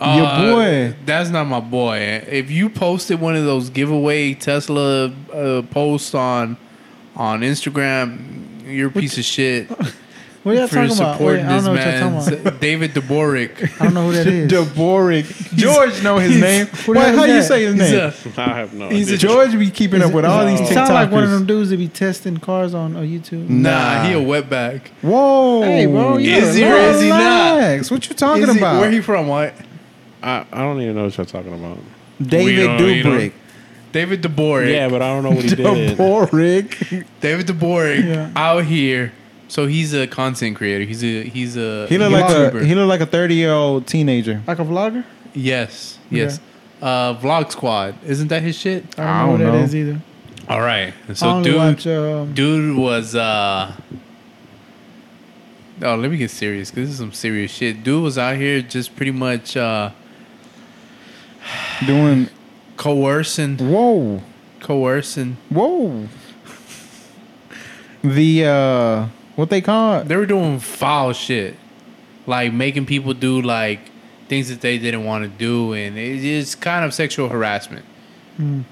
C: your boy.
D: Uh, That's not my boy. If you posted one of those giveaway Tesla uh, posts on on Instagram, you're a piece of shit
B: what are y'all
D: for
B: talking about? Wait,
D: supporting
B: I don't
D: this
B: know what y'all
D: man,
B: talking about.
D: David Duboric.
B: I don't know who that is.
C: Dubrick. George know his name.
B: Who the
C: Wait,
B: hell
C: how
B: is
C: you
B: that?
C: say his
D: He's
C: name?
D: a-
G: I have no
D: He's a
G: idea.
C: George be keeping up with all these
B: He
C: TikTokers.
B: sound like one of them dudes that be testing cars on uh, YouTube.
D: nah, he a wetback.
C: Whoa.
B: Hey, bro, you
D: Is he or is he not?
C: Relax. What you talking
D: Is he-
C: about?
D: Where he from? What?
G: I, I don't even know what y'all talking about.
C: David
G: We don't- you don't-
C: Dubrick.
D: David Duboric.
G: Yeah, but I don't know what he did.
C: Dubrick.
D: David Duboric
B: Yeah.
D: out here. So he's a content creator. He's a he's a
C: He look like
D: YouTuber.
C: a he look like a thirty year old teenager.
B: Like a vlogger?
D: yes yes. Uh, Vlog Squad. Isn't that his shit?
B: I don't, know who
C: don't
B: that
C: know.
B: is either.
D: All right.
B: I
D: So
B: only
D: dude,
B: watch, um,
D: dude was uh oh let me get serious because this is some serious shit dude was out here just pretty much uh
C: Doing
D: coercing
C: whoa.
D: coercing
C: Whoa. The uh what they call it?
D: they were doing foul shit like making people do like things that they didn't want to do and it, it's kind of sexual harassment
B: on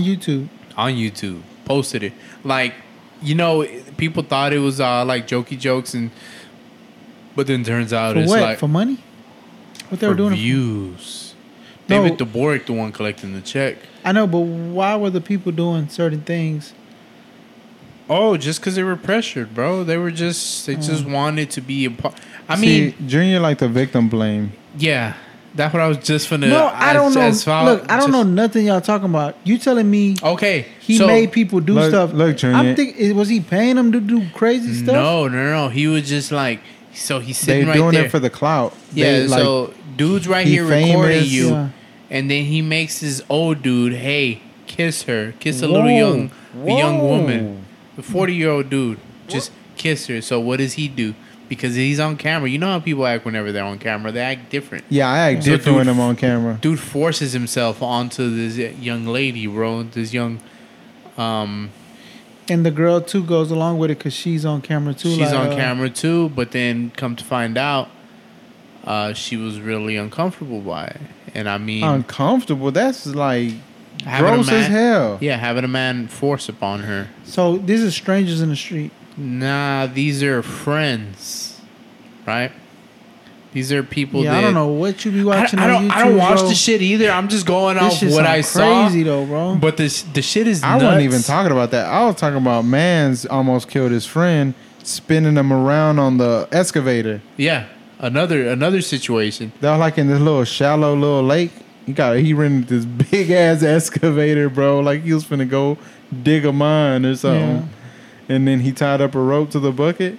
B: YouTube.
D: on youtube posted it like you know people thought it was uh like jokey jokes and but then turns out
B: For
D: it's
B: what?
D: like
B: for money? What they
D: for
B: were doing? it for?
D: views.
B: No.
D: David DeBoric, the one collecting the check.
B: I know, but why were the people doing certain things?
D: Oh, just because they were pressured, bro. They were just
B: Mm.
D: they just wanted to be a part. I mean,
C: See, Junior like the victim blame.
D: yeah, that's what I was just finna.
B: no, I
D: as-
B: don't know.
D: as far-
B: Look, I don't know
D: just-
B: nothing y'all talking about. You telling me
D: Okay,
B: he
D: so-
B: made people do
C: Look-
B: stuff?
C: look, Junior.
B: I'm thinking, was he paying them to do crazy stuff?
D: No, no, no. He was just like, so he's
C: They
D: sitting right
C: doing
D: there.
C: it for the clout.
D: yeah,
C: They, like,
D: so dude's right
C: he
D: here recording
C: famous.
D: you,
B: Yeah.
D: and then he makes his old dude, hey, kiss her, kiss a
C: Whoa.
D: little young, a young
C: Whoa.
D: woman, the forty year old dude, just kiss her. So what does he do? Because he's on camera, you know how people act whenever they're on camera. They act different.
C: yeah, I act
D: So
C: different when
D: dude-
C: I'm on camera.
D: Dude forces himself onto this young lady, bro. This young, um,
B: And the girl too goes along with it because she's on camera too.
D: She's
B: like,
D: on
B: uh,
D: camera too, but then come to find out, uh, she was really uncomfortable by it. And I mean,
C: Uncomfortable. That's like
D: having a
C: gross as
D: man-
C: hell.
D: Yeah, having a man force upon her.
B: So this is strangers in the street.
D: Nah, these are friends, right? These are people.
B: yeah,
D: that,
B: I don't know what you be
D: I,
B: watching.
D: I
B: on
D: don't.
B: YouTube,
D: I don't watch
B: bro.
D: the shit either. I'm just going
B: This
D: off
B: shit's
D: what
B: so
D: I saw.
B: Crazy though, bro.
D: But this the shit is.
C: I
D: nuts.
C: wasn't even talking about that. I was talking about man's almost killed his friend, spinning him around on the excavator.
D: Yeah, another another situation.
C: They were like in this little shallow little lake. He got he rented this big ass excavator, bro. Like he was finna go dig a mine or something. And then he tied up a rope to the bucket.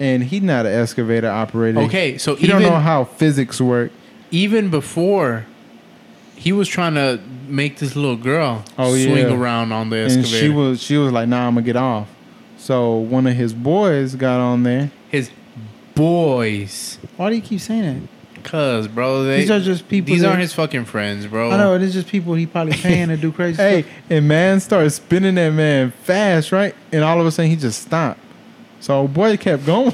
C: And he not an excavator operator.
D: Okay, so
C: he
D: even
C: don't know how physics work.
D: even before he was trying to make this little girl
C: Oh,
D: swing
C: yeah.
D: around on the
C: And
D: excavator.
C: she was she was like, nah, I'm gonna get off. So one of his boys got on there.
D: His boys,
B: Why do you keep saying
D: cuz bro, they,
B: These are just people
D: These
B: that-
D: aren't his fucking friends, bro.
B: that? I know it's just people he probably paying to do crazy.
C: Hey,
B: stuff.
C: and man started spinning that man fast, right? And all of a sudden he just stopped. So boy kept going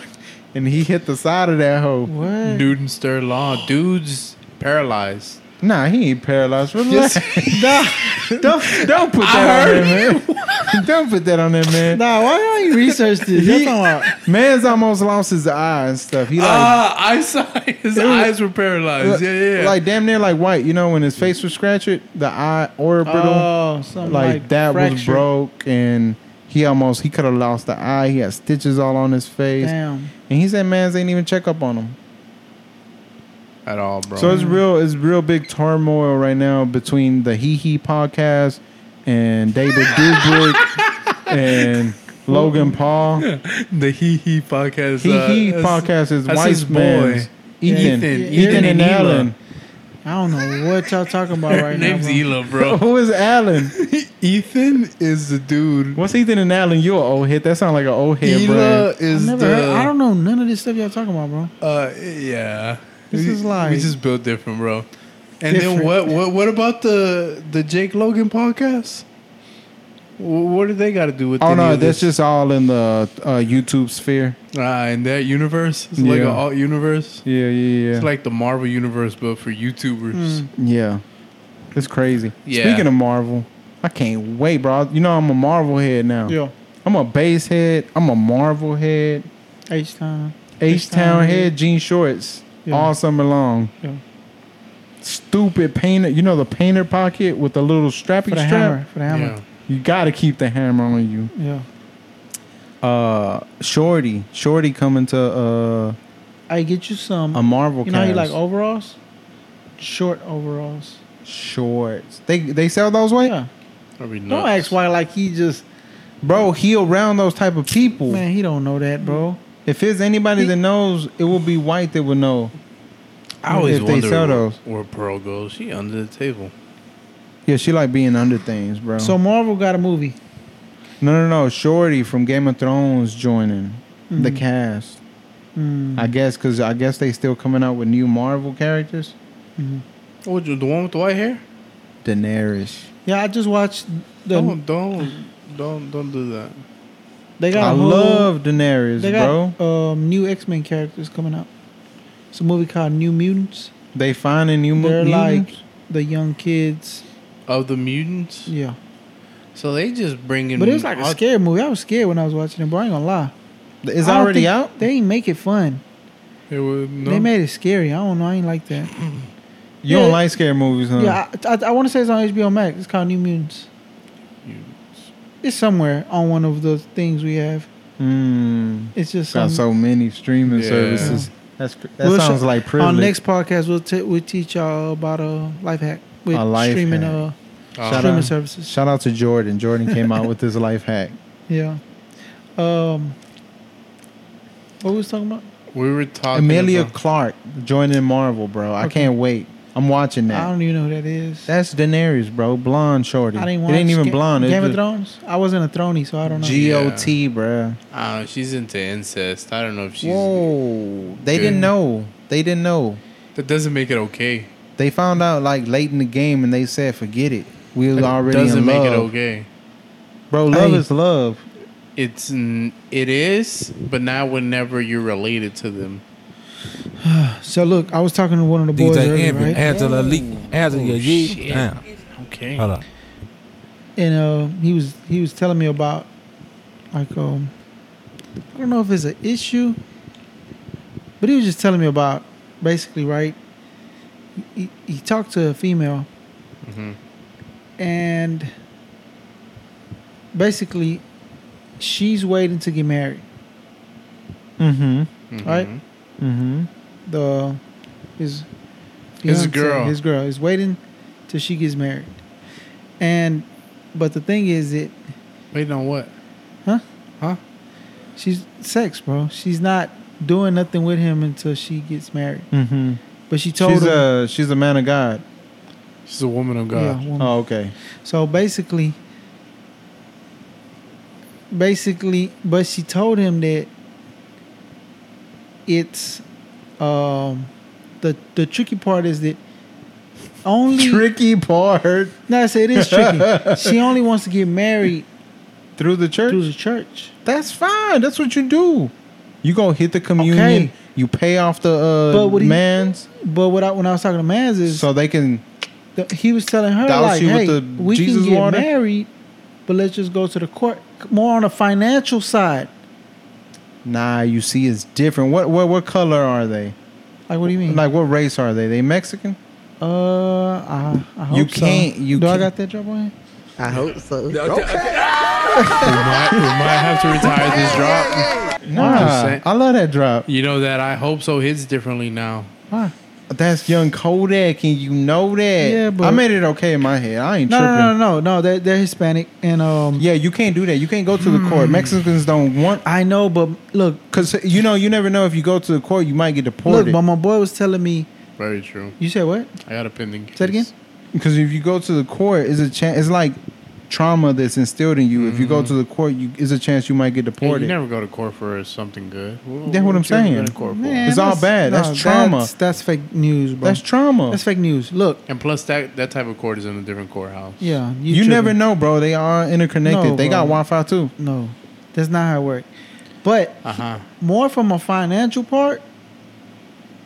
C: and he hit the side of that hole.
B: what?
D: Dude in stir law, dudes paralyzed.
C: Nah, he ain't paralyzed. Relax. Nah, don't, don't put that on that man. don't put that on that man.
B: Nah, why don't you research this? That's
C: He-
B: all right.
C: Man's almost lost his eye and stuff. He like,
D: Ah, I saw his
C: It was-
D: eyes were paralyzed. Yeah, yeah. yeah.
C: like damn near like white. You know when his face was scratched, the eye orbital.
B: Oh, something
C: like,
B: like
C: that was
B: fractured.
C: broke and he almost he could have lost the eye he had stitches all on his face
B: Damn.
C: and he said man's ain't even check up on him
D: at all, bro.
C: so it's real it's real big turmoil right now between the hee hee podcast and david Dubrick and logan paul
D: the Hee Hee podcast.
C: hee
D: uh,
C: hee
D: that's-
C: podcast is
D: that's
C: white
D: his
C: man's ethan
D: Ethan.
C: ethan,
D: Ethan
C: and
D: and Ela.
C: allen
B: I don't know what y'all talking about
D: Her
B: right now.
D: name's
B: Bro.
D: Ela, bro.
C: who is allen
D: Ethan is the dude.
C: what's ethan and allen you an old hit that sound like an old head bro
D: Ela is
B: I never
D: the.
B: heard, I don't know none of this stuff y'all talking about, bro.
D: Uh, yeah.
B: This
D: we,
B: is like-
D: we just built different, bro. And
B: Different.
D: then what? What? What about the the Jake Logan podcast? Wh- What do they got to do with?
C: oh
D: any
C: no
D: of
C: that's
D: this?
C: just all in the uh, youtube sphere
D: ah in that universe. It's like an
C: Yeah.
D: alt universe.
C: Yeah, yeah, yeah.
D: It's like the Marvel universe, but for YouTubers.
C: yeah. It's crazy.
D: Yeah.
C: Speaking of Marvel, I can't wait, bro. You know I'm a Marvel head now.
B: Yeah.
C: I'm a base head. I'm a Marvel head.
B: H time.
C: H Town head, jean shorts
B: Yeah.
C: all summer long.
B: Yeah.
C: Stupid painter. You know the painter pocket with the little strappy
B: For the
C: strap?
B: hammer. For the hammer.
D: Yeah.
C: You gotta keep the hammer on you.
B: Yeah.
C: Uh Shorty. Shorty coming to uh
B: I get you some.
C: a Marvel
B: you know how you
C: cast.
B: like overalls? Short overalls.
C: shorts. They they sell those way?
B: Yeah.
D: That'd be
B: Don't
D: nuts.
B: ask why. Like he just
C: Bro, he around those type of people.
B: man, he don't know that, bro.
C: If it's anybody that knows, it will be white that will know.
D: I always
C: if they
D: wonder
C: sell
D: where,
C: those.
D: where Pearl goes. She under the table.
C: Yeah, she like being under things, bro.
B: So
C: So
B: Marvel got a movie.
C: no, no, no. Shorty from Game of Thrones joining the
B: Mm-hmm.
C: cast.
B: Mm.
C: I guess because I guess they still coming out with new Marvel characters.
D: Oh, the one with the white hair?
C: Daenerys.
B: Yeah, I just watched the.
D: Don't don't don't don't do that.
B: They got.
C: I
B: a whole-
C: love Daenerys,
B: They
C: bro.
B: got um, new X Men characters coming out. It's a movie called New Mutants.
C: They finding new mo-
B: They're like
C: mutants.
B: the young kids.
D: Of the mutants,
B: Yeah,
D: so they just bringing.
B: but it was like a
D: all-
B: scary movie. I was scared when I was watching it. Bro, I ain't gonna lie.
C: It's
B: I don't
C: already
B: think-
C: out.
B: They ain't make it fun.
D: It was- no.
B: They made it scary. I don't know. I ain't like that.
C: You
B: yeah.
C: don't like scary movies, huh?
B: Yeah, I, I, I want to say it's on HBO Max. It's called New Mutants. It's somewhere on one of the things we have.
C: Mm,
B: It's just some,
C: got so many streaming
D: Yeah.
C: services. That's cr- that
B: We'll
C: sounds
B: show-
C: like privilege.
B: On next podcast, we'll t- we'll teach y'all about a life hack with
C: A life
B: streaming
C: hack.
B: uh
D: Uh,
B: streaming
C: out.
B: services.
C: Shout out to Jordan. Jordan came out with his life hack.
B: Yeah. Um. What was talking about?
D: we were talking.
C: Amelia
D: about-
C: Clark joining Marvel, bro. I
B: Okay.
C: can't wait. I'm watching
B: I
C: that.
B: don't even know who that is.
C: That's Daenerys, bro. Blonde shorty.
B: I didn't
C: it
B: watch
C: ain't even
B: Ga-
C: blonde.
B: Game of
C: It's
B: Thrones. I wasn't a throny, so I don't know.
C: just GOT, bro.
D: I don't know, Ah, she's into incest. I don't know if she's.
C: Whoa. They
D: Good.
C: didn't know. They didn't know.
D: That doesn't make it okay.
C: They found out like late in the game and they said, forget it. We was
D: That
C: already
D: doesn't
C: in
D: make
C: love.
D: it okay.
C: Bro, love
B: Hey.
C: is love.
D: it's n- it is, but not whenever you're related to them.
B: So look, I was talking to one of the boys
H: DJ
B: earlier,
H: Envy,
B: right?
H: Angela Lee, Angela Yee.
D: shit.
H: Damn.
D: Okay.
H: Hold up.
B: And uh, he was he was telling me about like um, I don't know if it's an issue, but he was just telling me about basically right. He, he talked to a female,
D: Mm-hmm.
B: and basically, she's waiting to get married,
C: Mm-hmm.
B: right?
C: Mm-hmm.
B: the his
D: His
B: fiance,
D: girl.
B: his girl is waiting till she gets married and but the thing is it
D: Wait on what?
B: she's sex bro she's not doing nothing with him until she gets married
C: Mm-hmm.
B: but she told
C: She's
B: him
C: a she's a man of God.
D: She's a woman of
B: yeah,
D: God.
B: woman.
C: Oh, okay.
B: so basically basically but she told him that it's um the the tricky part is that only
C: Tricky part
B: No, I say it is tricky. she only wants to get married
C: through the church.
B: through the church.
C: That's fine. That's what you do. You gonna hit the communion.
B: Okay.
C: You pay off the uh,
B: But what he-
C: man's
B: But what I, when I was talking to Mans is
C: so they can.
B: th- he was telling her
C: Douse
B: like,
C: you with
B: hey,
C: the
B: we
C: Jesus
B: can get
C: water?
B: married, but let's just go to the court. More on the financial side.
C: Nah, you see, it's different. What what what color are they?
B: Like, what do you mean?
C: Like what race are they? They Mexican?
B: uh, I, I hope
C: You
B: so.
C: can't- you
B: do. I
C: can't-
B: got that job on here.
J: I hope so.
D: We, might, we might have to retire this drop.
C: Nah,
D: saying.
C: I love that drop.
D: You know that I hope so hits differently now.
B: Why?
C: That's young Kodak, and you know that.
B: Yeah, but-
C: I made it okay in my head. I ain't
B: No,
C: tripping.
B: no, no, no, no. They're, they're Hispanic, and um,
C: Yeah, you can't do that. You can't go to the
B: Hmm.
C: court. Mexicans don't want
B: I know. But look,
C: because you know you never know if you go to the court you might get
B: look.
C: deported.
B: But my boy was telling me.
D: Very true.
B: You said what?
D: I got a pending.
B: Say it again?
D: case.
C: Because if you go to the court, is a chance. It's like trauma that's instilled in you. If you go to the court, you is a chance you might get
D: Hey,
C: deported.
D: you never go to court for something good.
C: That's what I'm
D: you ever
C: saying.
D: go to court for?
B: Man,
C: It's all bad. That's trauma.
B: That's, that's fake news, bro.
C: that's trauma.
B: That's fake news. Look,
D: And plus, that that type of court is in a different courthouse.
B: yeah,
C: you
B: tripping.
C: never know, bro. They are interconnected.
B: No,
C: they got
B: bro.
C: Wi-Fi too.
B: No, that's not how it works. But
D: Uh huh.
B: more from a financial part,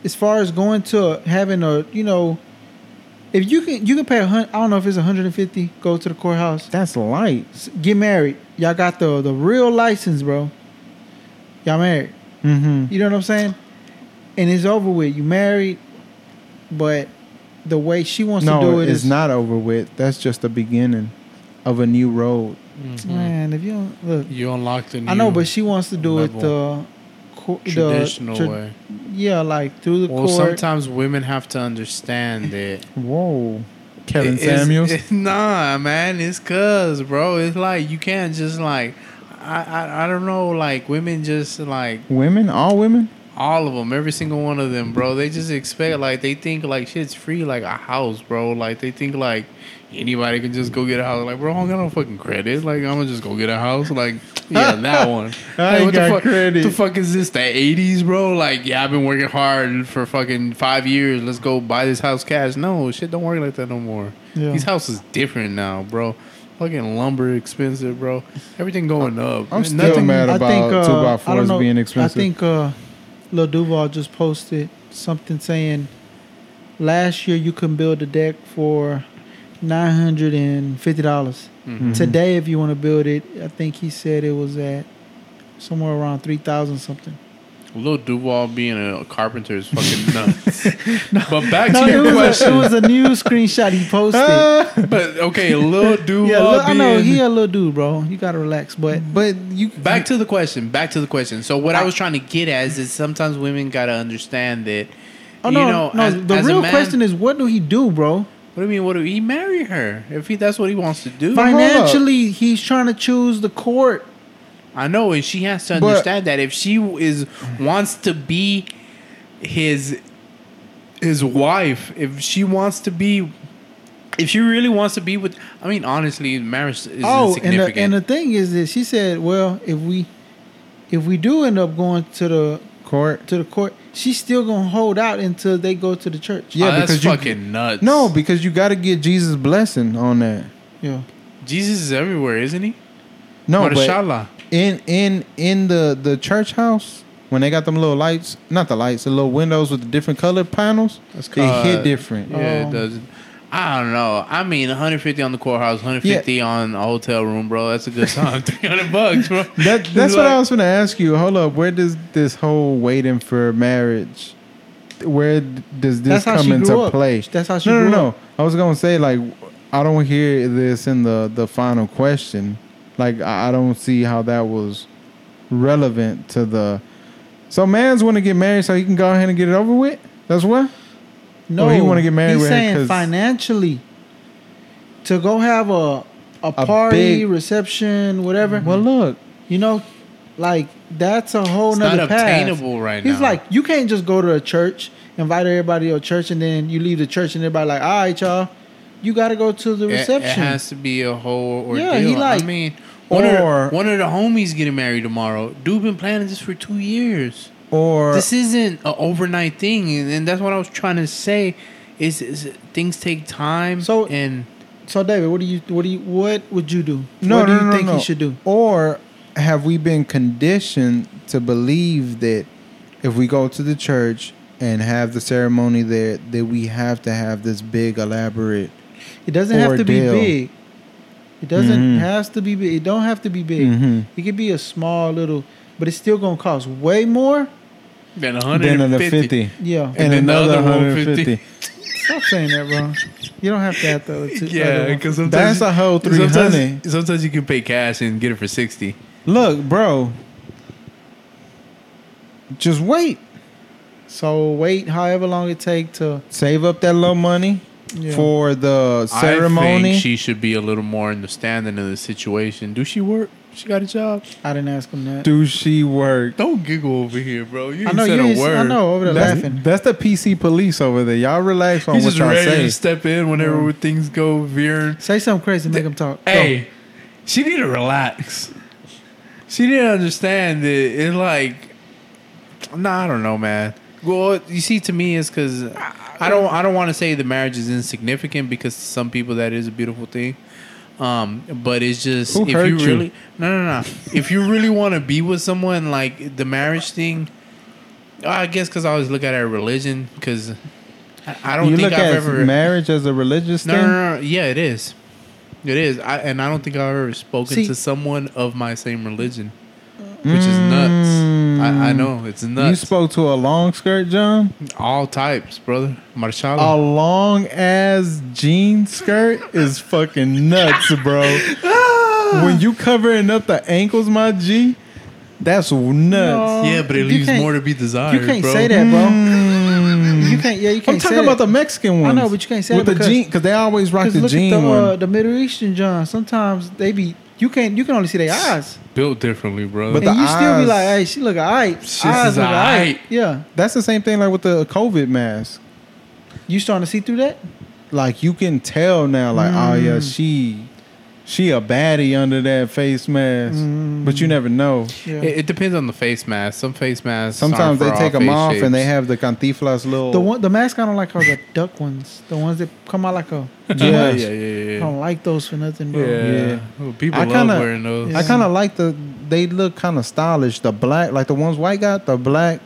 B: as far as going to having a, you know, if you can, you can pay a hundred. I don't know if it's a hundred and fifty. Go to the courthouse,
C: That's light.
B: s- get married. Y'all got the the real license, bro. Y'all married.
C: Mm-hmm.
B: You know what I'm saying? And it's over with. You married, but the way she wants
C: No,
B: to do it
C: it's
B: is
C: not over with. That's just the beginning of a new road.
B: Man, if you don't look,
D: You unlocked the. New
B: I know, but she wants to do it the,
D: level.
B: co- the
D: traditional
B: tra-
D: way.
B: Yeah, like through the
D: Well,
B: court.
D: sometimes women have to understand that.
C: Whoa, Kevin
D: It- it's-
C: Samuels.
D: it- nah, man, it's cuz, bro. It's like you can't just like. I, I, I don't know like women just like
C: women, all women.
D: all of them every single one of them bro they just expect like they think like shit's free like a house bro like they think like anybody can just go get a house like bro I don't got no fucking credit like I'm gonna just go get a house like yeah that one
C: I
D: Like,
C: ain't got
D: the fuck,
C: credit.
D: the fuck is this the 80s bro like yeah I've been working hard for fucking five years let's go buy this house cash no shit don't work like that no more
B: Yeah.
D: these houses different now bro fucking lumber expensive bro everything going up
C: I'm still mad about two by
B: uh, I don't
C: fours
B: know,
C: being expensive.
B: I think uh, Lil Duval just posted something saying last year you can build a deck for nine hundred and fifty dollars.
C: Mm-hmm.
B: Today, if you want to build it, I think he said it was at somewhere around three thousand something.
D: Lil Duval being a carpenter is fucking nuts. But back
B: No,
D: to
B: it
D: your
B: was, a, it
D: question.
B: was a news screenshot he posted.
D: but okay, Lil Duval
B: yeah, look, I
D: being.
B: know he a little dude, bro. You gotta relax, but
C: But you
D: back to the question. Back to the question. So what I, was trying to get at is that sometimes women gotta understand that.
B: oh no,
D: you know,
B: no.
D: as-
B: the
D: as a
B: real
D: man-
B: question is, what do he do, bro?
D: What do you mean? What do he marry her if he? That's what he wants to do.
C: Fine.
B: Financially, he's trying to choose the court.
D: I know, and she has to
C: But-
D: understand that if she is wants to be his his wife, if she wants to be, if she really wants to be with, I mean, honestly, marriage is
B: Oh, and the,
D: insignificant.
B: and the thing is that she said, well, if we if we do end up going to the
C: court.
B: to the court, she's still gonna hold out until they go to the church.
C: Yeah,
D: Oh, that's
C: because you-
D: fucking nuts.
C: No, because you got to get Jesus' blessing on that.
B: yeah.
D: Jesus is everywhere, isn't he?
C: No,
D: Marshallah.
C: but in in in the the church house when they got them little lights, not the lights, the little windows with the different colored panels, they hit
D: Uh,
C: different. Um,
D: Yeah,
B: Oh.
D: it does. I don't know. I mean, 150 on the courthouse, 150 on a hotel room, bro. That's a good time. 300 bucks, bro.
C: That that's what
D: Like-
C: I was going to ask you. Hold up, where does this whole waiting for marriage? Where d- does this
B: That's how
C: come
B: she
C: into
B: grew up.
C: play?
B: That's how she
C: No, no,
B: grew
C: no. I was going to say like I don't hear this in the the final question. Like I I don't see how that was relevant to the. So man's want to get married so he can go ahead and get it over with. That's what.
B: No,
C: Oh, he wanna get married
B: He's
C: with her
B: saying
C: 'cause-
B: financially to go have a a party
C: big-
B: reception, whatever.
C: Well, look.
B: you know, like that's a whole
D: It's
B: nother
D: not
B: path.
D: obtainable right
B: He's
D: now.
B: like, you can't just go to a church, invite everybody to a church, and then you leave the church and everybody like, all right, y'all, you got to go to the
D: It-
B: reception.
D: It, has to be a whole ordeal.
B: Yeah, he like-
D: I mean, one, or,
C: Or-
D: of the, one of the homies getting married tomorrow. Dude been planning this for two years.
C: Or
D: this isn't an overnight thing, and, and that's what I was trying to say. Is, is things take time?
B: So-
D: and
B: so, David, what do you, what do you, what would you do?
C: No,
B: what do
C: no,
B: you
C: no,
B: think
C: no.
B: he should do?
C: Or have we been conditioned to believe that if we go to the church and have the ceremony there, that we have to have this big elaborate?
B: It doesn't have to be
C: Ordeal.
B: big. It doesn't
C: Mhm.
B: has to be big. It don't have to be big.
C: Mhm.
B: It could be a small little, but it's still gonna cost way more.
D: then
C: Then another
D: 150.
C: fifty,
B: Yeah,
C: and
D: then the
C: another
D: other
C: hundred fifty.
B: stop saying that, bro. You don't have to have the other two. other one.
C: That's a whole three hundred.
D: Sometimes, sometimes you can pay cash and get it for 60.
C: Look, bro. Just wait.
B: so wait, however long it take to
C: Save up that little money
B: Yeah.
C: for the
D: I
C: ceremony.
D: think she should be a little more understanding of the situation. Do she work? She got a job.
B: I didn't ask him that.
C: Do she work?
D: Don't giggle over here, bro. You
B: I
D: ain't
B: know
D: said
B: you.
D: a
B: ain't-
D: word.
B: I know over there
C: That's,
B: laughing.
C: that's the PC police over there. Y'all relax on
D: He's
C: what
D: just
C: y'all
D: ready
C: say.
D: to step in whenever things go veering.
B: Say something crazy, make him talk. Go.
D: Hey, she need to relax. She didn't understand that it like. Nah, I don't know, man. Well, you see, to me, it's because I don't. I don't want to say the marriage is insignificant because to some people that is a beautiful thing. Um, but it's just
C: Who
D: if
C: hurt
D: you
C: you?
D: really no no no if you really want to be with someone like the marriage thing, I guess because I always look at it as religion because I, I don't
C: you
D: think
C: look
D: I've
C: at
D: ever
C: marriage as a religious
D: no,
C: thing.
D: no, no, no. Yeah, it is. It is. I, and I don't think I've ever spoken
B: See-
D: to someone of my same religion, which is
B: Mm.
D: nuts. I, I know it's
C: You
D: nuts.
C: spoke to a long skirt, John.
D: All types, brother. Marshala.
C: A
B: Oh,
C: long ass jean skirt is fucking nuts, bro. when you covering up the ankles, my G, that's nuts.
D: yeah, but
B: you
D: it leaves
B: can't-
D: more to be desired.
B: You can't
D: bro. Hmm.
B: say that, bro.
C: Mm.
B: You can't. Yeah, you can't.
C: I'm
B: say
C: talking about
B: that.
C: the Mexican ones.
B: know, but you can't say
C: with
B: that
C: the
B: because-
C: jean because they always rock
B: Cause
C: the
B: look
C: jean
B: at the,
C: one.
B: uh, the Middle Eastern John. Sometimes they be you can't you can only see their eyes.
D: Built differently, brother.
C: But the
B: and you still be
C: eyes-
B: like, hey, she look alright. Eyes
D: She's
B: look alright.
D: aight.
B: Yeah.
C: that's the same thing like with the COVID mask.
B: You starting to see through that?
C: Like you can tell now, like oh yeah, she she a baddie under that face mask, but you never know.
B: Yeah.
D: it, it depends on the face mask. Some face masks. aren't
C: Sometimes
D: for
C: they
D: all
C: take them
D: face
C: off
D: shapes.
C: and they have the cantiflas little.
D: oh.
B: the one the mask I don't like are the duck ones. The ones that come out like a
D: Yeah,
C: Yes.
D: yeah, yeah,
B: I
D: yeah.
B: don't like those for nothing, bro.
D: Yeah. Well, people
C: I
D: love
C: kinda-
D: wearing those.
C: I kind of like the. They look kind of stylish. The black, like the ones white got, the black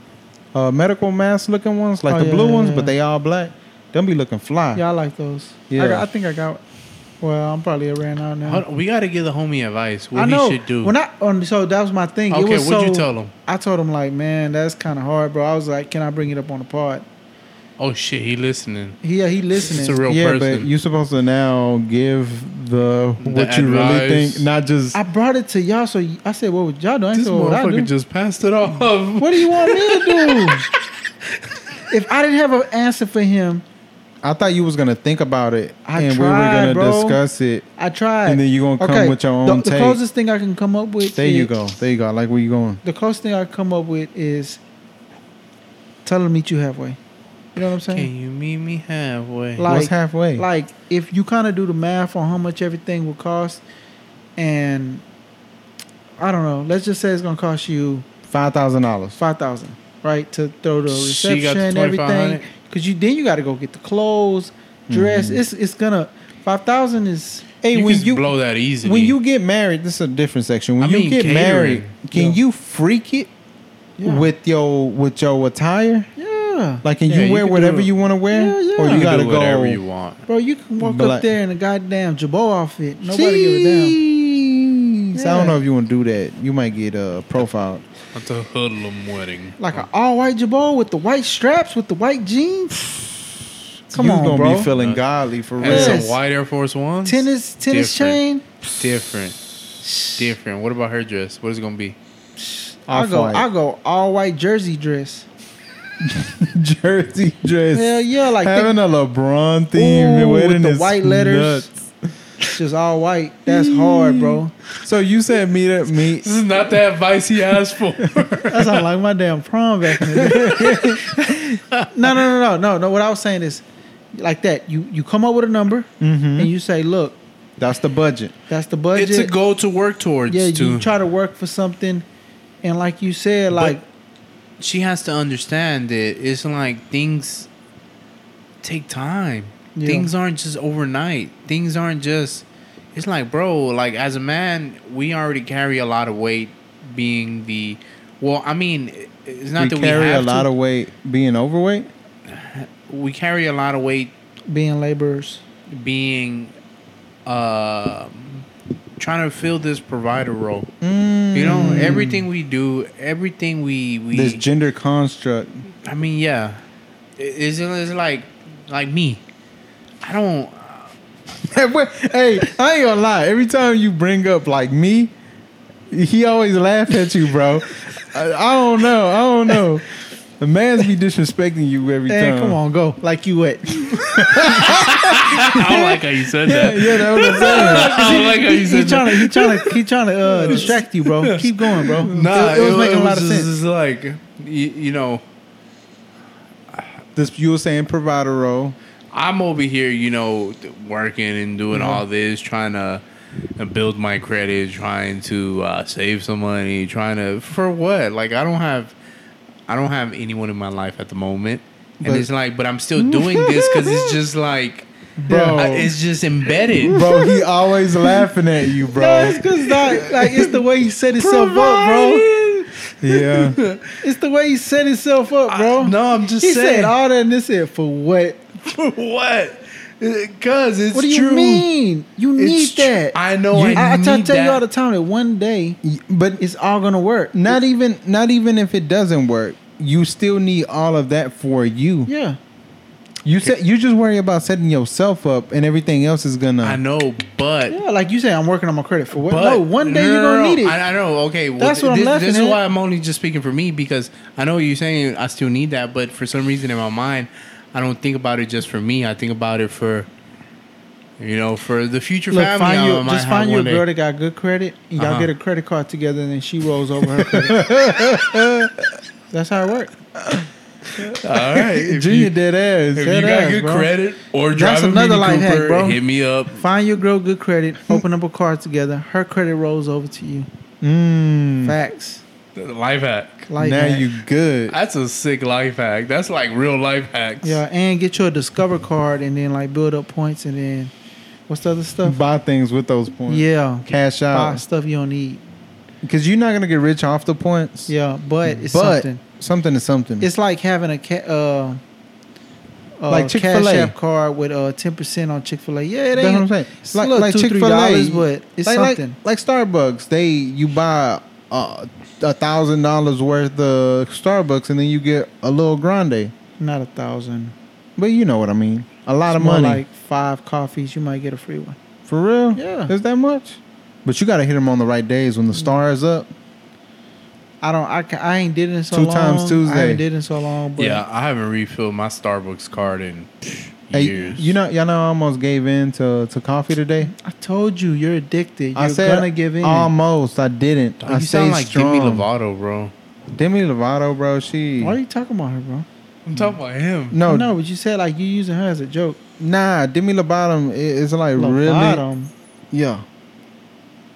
C: uh, medical mask looking ones, like
B: Oh,
C: the
B: yeah,
C: blue
B: yeah,
C: ones,
B: yeah.
C: but they all black. Them be looking fly.
B: Yeah, I like those. Yeah.
C: Yeah.
B: I, got, I think I got well, I'm probably ran out now.
D: Hold on, we got to give the homie advice. What
B: I know.
D: he should do.
B: When I on so that was my thing. it
D: Okay,
B: was
D: what'd you
B: so-
D: tell him?
B: I told him like, man, that's kind of hard, bro. I was like, can I bring it up on the pod?
D: oh shit, he listening.
B: He, yeah, he listening.
D: It's a real
C: yeah,
D: person.
C: but you supposed to now give the what you really
D: advice.
C: think, not just.
B: I brought it to y'all, so y- I said, "What would y'all do?" I
D: This
B: said, "What I do?"
D: motherfucker just passed it off.
B: What do you want me to do? if I didn't have an answer for him,
C: I thought you was gonna think about it,
B: I
C: and
B: tried,
C: we were gonna
B: bro.
C: discuss it.
B: I tried.
C: And then you gonna come with your
B: the,
C: own
B: The
C: take.
B: closest thing I can come up with.
C: There you
B: is-
C: go. There you go. I like where you going.
B: The closest thing I can come up with is tell him to meet you halfway. You know what I'm saying?
D: Can you meet me halfway?
B: Like-
C: What's halfway?
B: Like if you kind of do the math on how much everything will cost, and I don't know. Let's just say it's gonna cost you
C: Five thousand dollars.
B: five thousand, right? To throw the
D: She got the
B: reception, everything,
D: 2500. Mm-hmm.
B: because you then you got to go get the clothes, dress. It's it's gonna five thousand is
C: Hey,
D: you
C: when
D: can
C: you
D: blow that easily.
C: when you get married, this is a different section. When
D: I
C: you
D: mean,
C: get
D: catering.
C: married, can
B: Yeah.
C: you freak it
B: Yeah.
C: with your with your attire?
B: Yeah.
C: Like, can
D: Yeah,
C: you
D: you
C: wear
D: can do
C: whatever
D: it.
C: you want to wear,
B: Yeah, yeah.
C: or
B: You
C: you,
B: can
C: gotta
D: do whatever
C: go?
D: you want.
B: Bro, you can walk
C: Black.
B: up there in a goddamn Jabot outfit. Nobody give a damn.
C: Jeez. I
B: Yeah.
C: don't know if you want to do that. You might get uh, profiled.
D: At the hoodlum wedding.
B: Like an all white Jabot with the white straps, with the white jeans. Come
C: you
B: on,
C: gonna
B: bro. Uh,
C: be feeling godly for
D: And
C: real.
B: Yes.
D: some white Air Force Ones.
B: tennis, tennis
D: Different.
B: chain.
D: Different. Different. What about her dress? What is it gonna be?
B: I go,
C: Off-white.
B: I go all white jersey dress.
C: jersey dress.
B: Hell yeah, like
C: Having
B: think,
C: a LeBron
B: Ooh,
C: theme
B: with
C: wedding
B: the
C: is
B: white letters.
C: nuts.
B: just all white. That's hard, bro.
C: So you said meet up, meet.
B: Mm.
D: This is not the advice he asked for.
B: That sounds like my damn prom back in the day. no, no, no, no, no, no. What I was saying is, like that. You you come up with a number and you say, look,
C: That's the budget.
B: that's the budget.
D: Mm-hmm. it's a goal to work towards.
B: Yeah,
D: too.
B: you try to work for something, and like you said, like
D: she has to understand that it's like things take time.
B: Yeah.
D: Things aren't just overnight. Things aren't just. It's like, bro, like as a man, we already carry a lot of weight being the. Well, I mean, it- it's not
C: we
D: that
C: carry
D: we have
C: a lot
D: to,
C: of weight being overweight.
D: We carry a lot of weight
B: being laborers.
D: being. um trying to fill this provider role. You know, everything we do, everything we. we
C: Mm. This gender construct.
D: I mean, yeah. I- It's, it's like like me. I don't.
C: hey, wait, hey, I ain't gonna lie. Every time you bring up like me, he always laugh at you, bro. I, I don't know. I don't know. The man's be disrespecting you every
B: Hey,
C: time.
B: come on, go like you wet.
D: I don't like how you said that.
C: Yeah, that was
D: I don't like how you
B: he
D: said
B: trying
D: that.
B: to he trying to he trying to uh, distract you, bro. Keep going, bro.
D: Nah,
B: it, it was making a lot of
D: just-
B: sense.
D: It's like you, you know,
C: this. You were saying provider role.
D: I'm over here, you know, working and doing
B: Mm-hmm.
D: all this, trying to uh, build my credit, trying to uh, save some money, trying to for what? Like I don't have, I don't have anyone in my life at the moment, and
C: But-
D: it's like, but I'm still doing this because it's just like,
C: Bro.
D: I- it's just embedded,
C: Bro, he always laughing at you, bro.
B: That's because like, like it's the way he set himself up, bro.
C: Yeah.
B: It's the way he set himself up, bro.
D: I- no, I'm just
B: he
D: saying.
B: said all that and this said for what?
D: For what? Because it's
B: What do you
D: true.
B: mean? You
D: It's
B: need
D: tr-
B: that.
D: I know I
B: I, try to
D: need
B: tell
D: that.
B: you all the time that one day
C: But
B: it's all gonna work.
C: not even not even if it doesn't work, you still need all of that for you.
B: Yeah.
C: You said you just worry about setting yourself up, and everything else is gonna.
D: I know, but
B: Yeah, like you say, I'm working on my credit for what?
D: but
B: no, one day
D: no,
B: you're
D: no,
B: gonna
D: no,
B: need it.
D: I, I know. Okay, well,
B: That's what I'm
D: this,
B: laughing
D: This is
B: at.
D: why I'm only just speaking for me because I know what you're saying. I still need that, but for some reason in my mind, I don't think about it just for me. I think about it for. You know, for the future
B: Look,
D: family,
B: find
D: I
B: you
D: might
B: just
D: have
B: find you a
D: one day.
B: girl that got good credit, and y'all
D: Uh-huh.
B: get a credit card together, and then she rolls over her credit. That's how it works.
D: All right, if
C: Junior
D: you,
C: dead ass.
D: if
C: dead
D: you got
C: ass,
D: good
C: bro.
D: credit or
B: That's
D: driving
B: another
D: Mini
B: life hack,
D: Cooper,
B: bro.
D: hit me up.
B: Find your girl good credit,
C: Hmm.
B: open up a card together, her credit rolls over to you.
C: Mm,
B: Facts.
D: Life hack.
B: Like
C: now
B: that.
C: you good.
D: That's a sick life hack. That's like real life hacks.
B: Yeah, and get your discover card and then like build up points and then what's the other stuff?
C: Buy things with those points.
B: Yeah.
C: Cash
B: Buy
C: out
B: stuff you don't need.
C: because you're not gonna get rich off the points.
B: Yeah, but it's
C: but
B: something.
C: something is something.
B: It's like having a ca- uh, uh,
C: Like Chick-fil-A.
B: Cash App card with uh ten percent on Chick Fil A. Yeah, it
C: That's what I'm
B: ain't.
C: saying.
B: It's like, like Chick Fil A, but it's
C: like, like-
B: something.
C: Like, Starbucks, they you buy uh, a thousand dollars worth of Starbucks, and then you get a little grande.
B: Not a thousand.
C: But you know what I mean. A lot of
B: More
C: money
B: like five coffees, you might get a free one.
C: for real.
B: Yeah.
C: is that much? But you got to hit them on the right days when the star is up.
B: I don't. I, ca- I ain't did it in so
C: Two
B: long.
C: times Tuesday.
B: I haven't did it in so long. But
D: Yeah, I haven't refilled my Starbucks card in psh,
C: Hey,
D: years.
C: you know, y'all know, I almost gave in to, to coffee today.
B: I told you, you're addicted. You're
C: I said um,
B: gonna give in. Oh,
C: Almost, I didn't. I
D: you
C: stayed
D: sound like
C: strong.
D: Demi Lovato, bro.
C: Demi Lovato, bro. She
B: Why are you talking about her, bro?
D: I'm talking about him.
C: no,
B: no, but you said like you using her as a joke.
C: nah. Demi Lovato i- is like really,
B: Lovato.
C: yeah.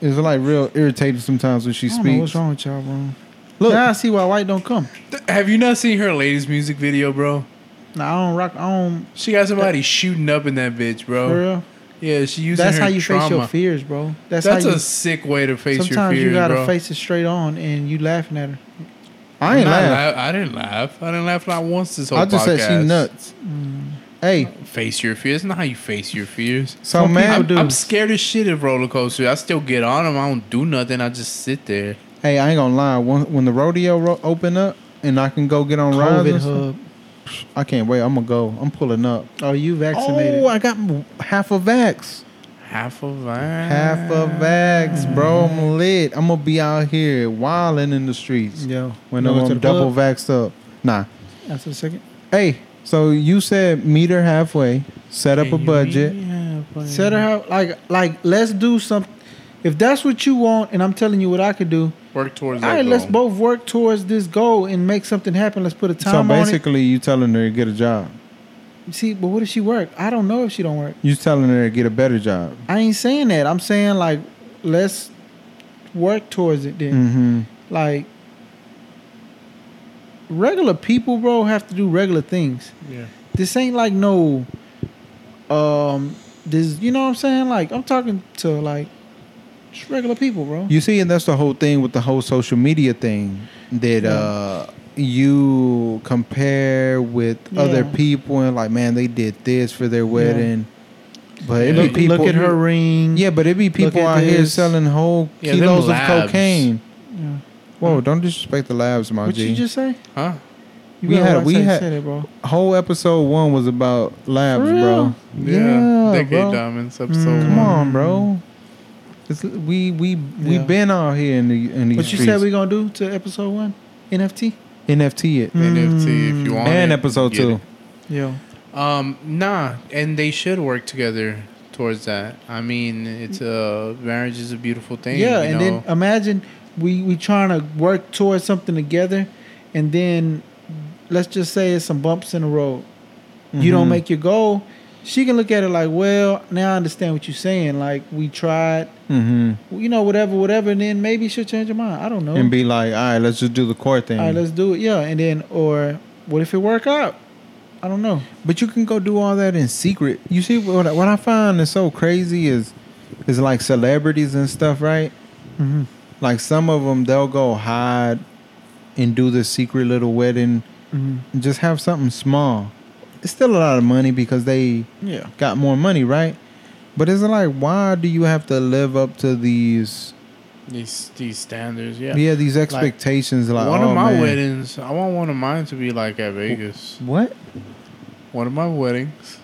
C: It's like real irritating sometimes when she
B: I don't know
C: speaks.
B: what's wrong with y'all, bro.
C: Look.
B: now I see why white don't come.
D: Have you not seen her latest music video, bro?
B: Nah, I don't rock. I don't.
D: She got somebody shooting up in that bitch,
B: For
D: bro.
B: real.
D: Yeah, she using
B: That's
D: her
B: how you
D: trauma.
B: face your fears, bro. That's,
D: That's
B: how
D: a
B: you.
D: sick way to face your
B: sometimes
D: fears,
B: you gotta
D: bro.
B: face it straight on, and you laughing at her.
C: I ain't
D: I'm not
C: laughing.
D: laugh- I didn't laugh. I didn't laugh not once this whole
C: I just
D: podcast.
C: said she nuts.
B: Mm.
C: Hey,
D: Face your fears. It's not how you face your fears.
C: so
B: Some
C: man,
B: people
D: I'm, I'm scared as shit at roller coaster. I still get on them. I don't do nothing. I just sit there.
C: hey, I ain't gonna lie. When, when the rodeo ro- open up and I can go get on rides,
B: COVID
C: and stuff,
B: hub.
C: I can't wait. I'm gonna go. I'm pulling up.
B: Oh, you vaccinated?
C: Oh, I got m- half a vax.
D: Half of that.
C: Half a vax, bro. I'm lit. I'm gonna be out here wilding in the streets.
B: Yo,
C: When
B: you gonna go to
C: I'm
B: the
C: double
B: club
C: vaxxed up. Nah.
B: after the second.
C: Hey, so you said meet her halfway, set up a budget.
B: Set her how like like let's do something. If that's what you want, and I'm telling you what I could do.
D: Work towards
B: All
D: that.
B: right, let's
D: goal.
B: both work towards this goal and make something happen. Let's put a
C: So
B: time on it.
C: basically, you telling her to get a job.
B: See, but what if she work? I don't know if she don't work.
C: You telling her to get a better job.
B: I ain't saying that. I'm saying like let's work towards it then.
C: Mm-hmm.
B: Like regular people, bro, have to do regular things.
D: Yeah.
B: This ain't like no um this you know what I'm saying? Like I'm talking to like just regular people, bro.
C: You see, and that's the whole thing with the whole social media thing that uh, you compare with other
B: Yeah.
C: people and like, man, they did this for their wedding. But it
D: Look-
C: be people,
B: Look at her ring.
C: Yeah, but it be people
B: at
C: out here
B: this.
C: selling whole
D: Yeah, them
C: kilos of
D: labs.
C: cocaine.
B: Yeah.
C: Whoa, don't disrespect the labs, my
B: What
C: G.
B: you just say?
D: Huh?
B: You
C: We
B: better
C: had-
B: watch
C: we
B: how you
C: had-
B: say that, bro.
C: whole episode one was about labs,
B: For
C: bro.
B: real?
C: Yeah,
D: Decade
C: bro. Mm,
D: Diamonds episode
C: Come
D: one.
C: on, bro. It's, we we we
B: Yeah.
C: been out here in the in these
B: What you
C: streets.
B: said we gonna do to episode one? NFT?
C: NFT it
D: NFT if you want.
C: and
D: it,
C: episode
D: get it.
C: two.
B: Yeah.
D: Um, nah, and they should work together towards that. I mean, it's a marriage is a beautiful thing.
B: Yeah,
D: you
C: uh,
B: and
D: know?
B: then imagine we we trying to work towards something together, and then let's just say it's some bumps in the road. You
C: Mm-hmm.
B: don't make your goal. She can look at it like, well, now I understand what you're saying. Like we tried,
C: Mm-hmm.
B: you know, whatever, whatever, and then maybe she'll change her mind. I don't know.
C: And be like, all right, let's just do the core thing.
B: Oh. All right, let's do it. Yeah, and then or what if it work out? I don't know.
C: But you can go do all that in secret. You see, what I, what I find is so crazy is is like celebrities and stuff, right?
D: Mm-hmm.
C: Like some of them, they'll go hide and do the secret little wedding,
D: Mm-hmm.
C: and just have something small. It's still a lot of money because they
B: Yeah.
C: got more money, right? But it's like, why do you have to live up to these?
D: these these standards, yeah.
C: Yeah, these expectations. Like,
D: one
C: oh,
D: of my
C: man.
D: weddings, I want one of mine to be like at Vegas.
C: What
D: One of my weddings,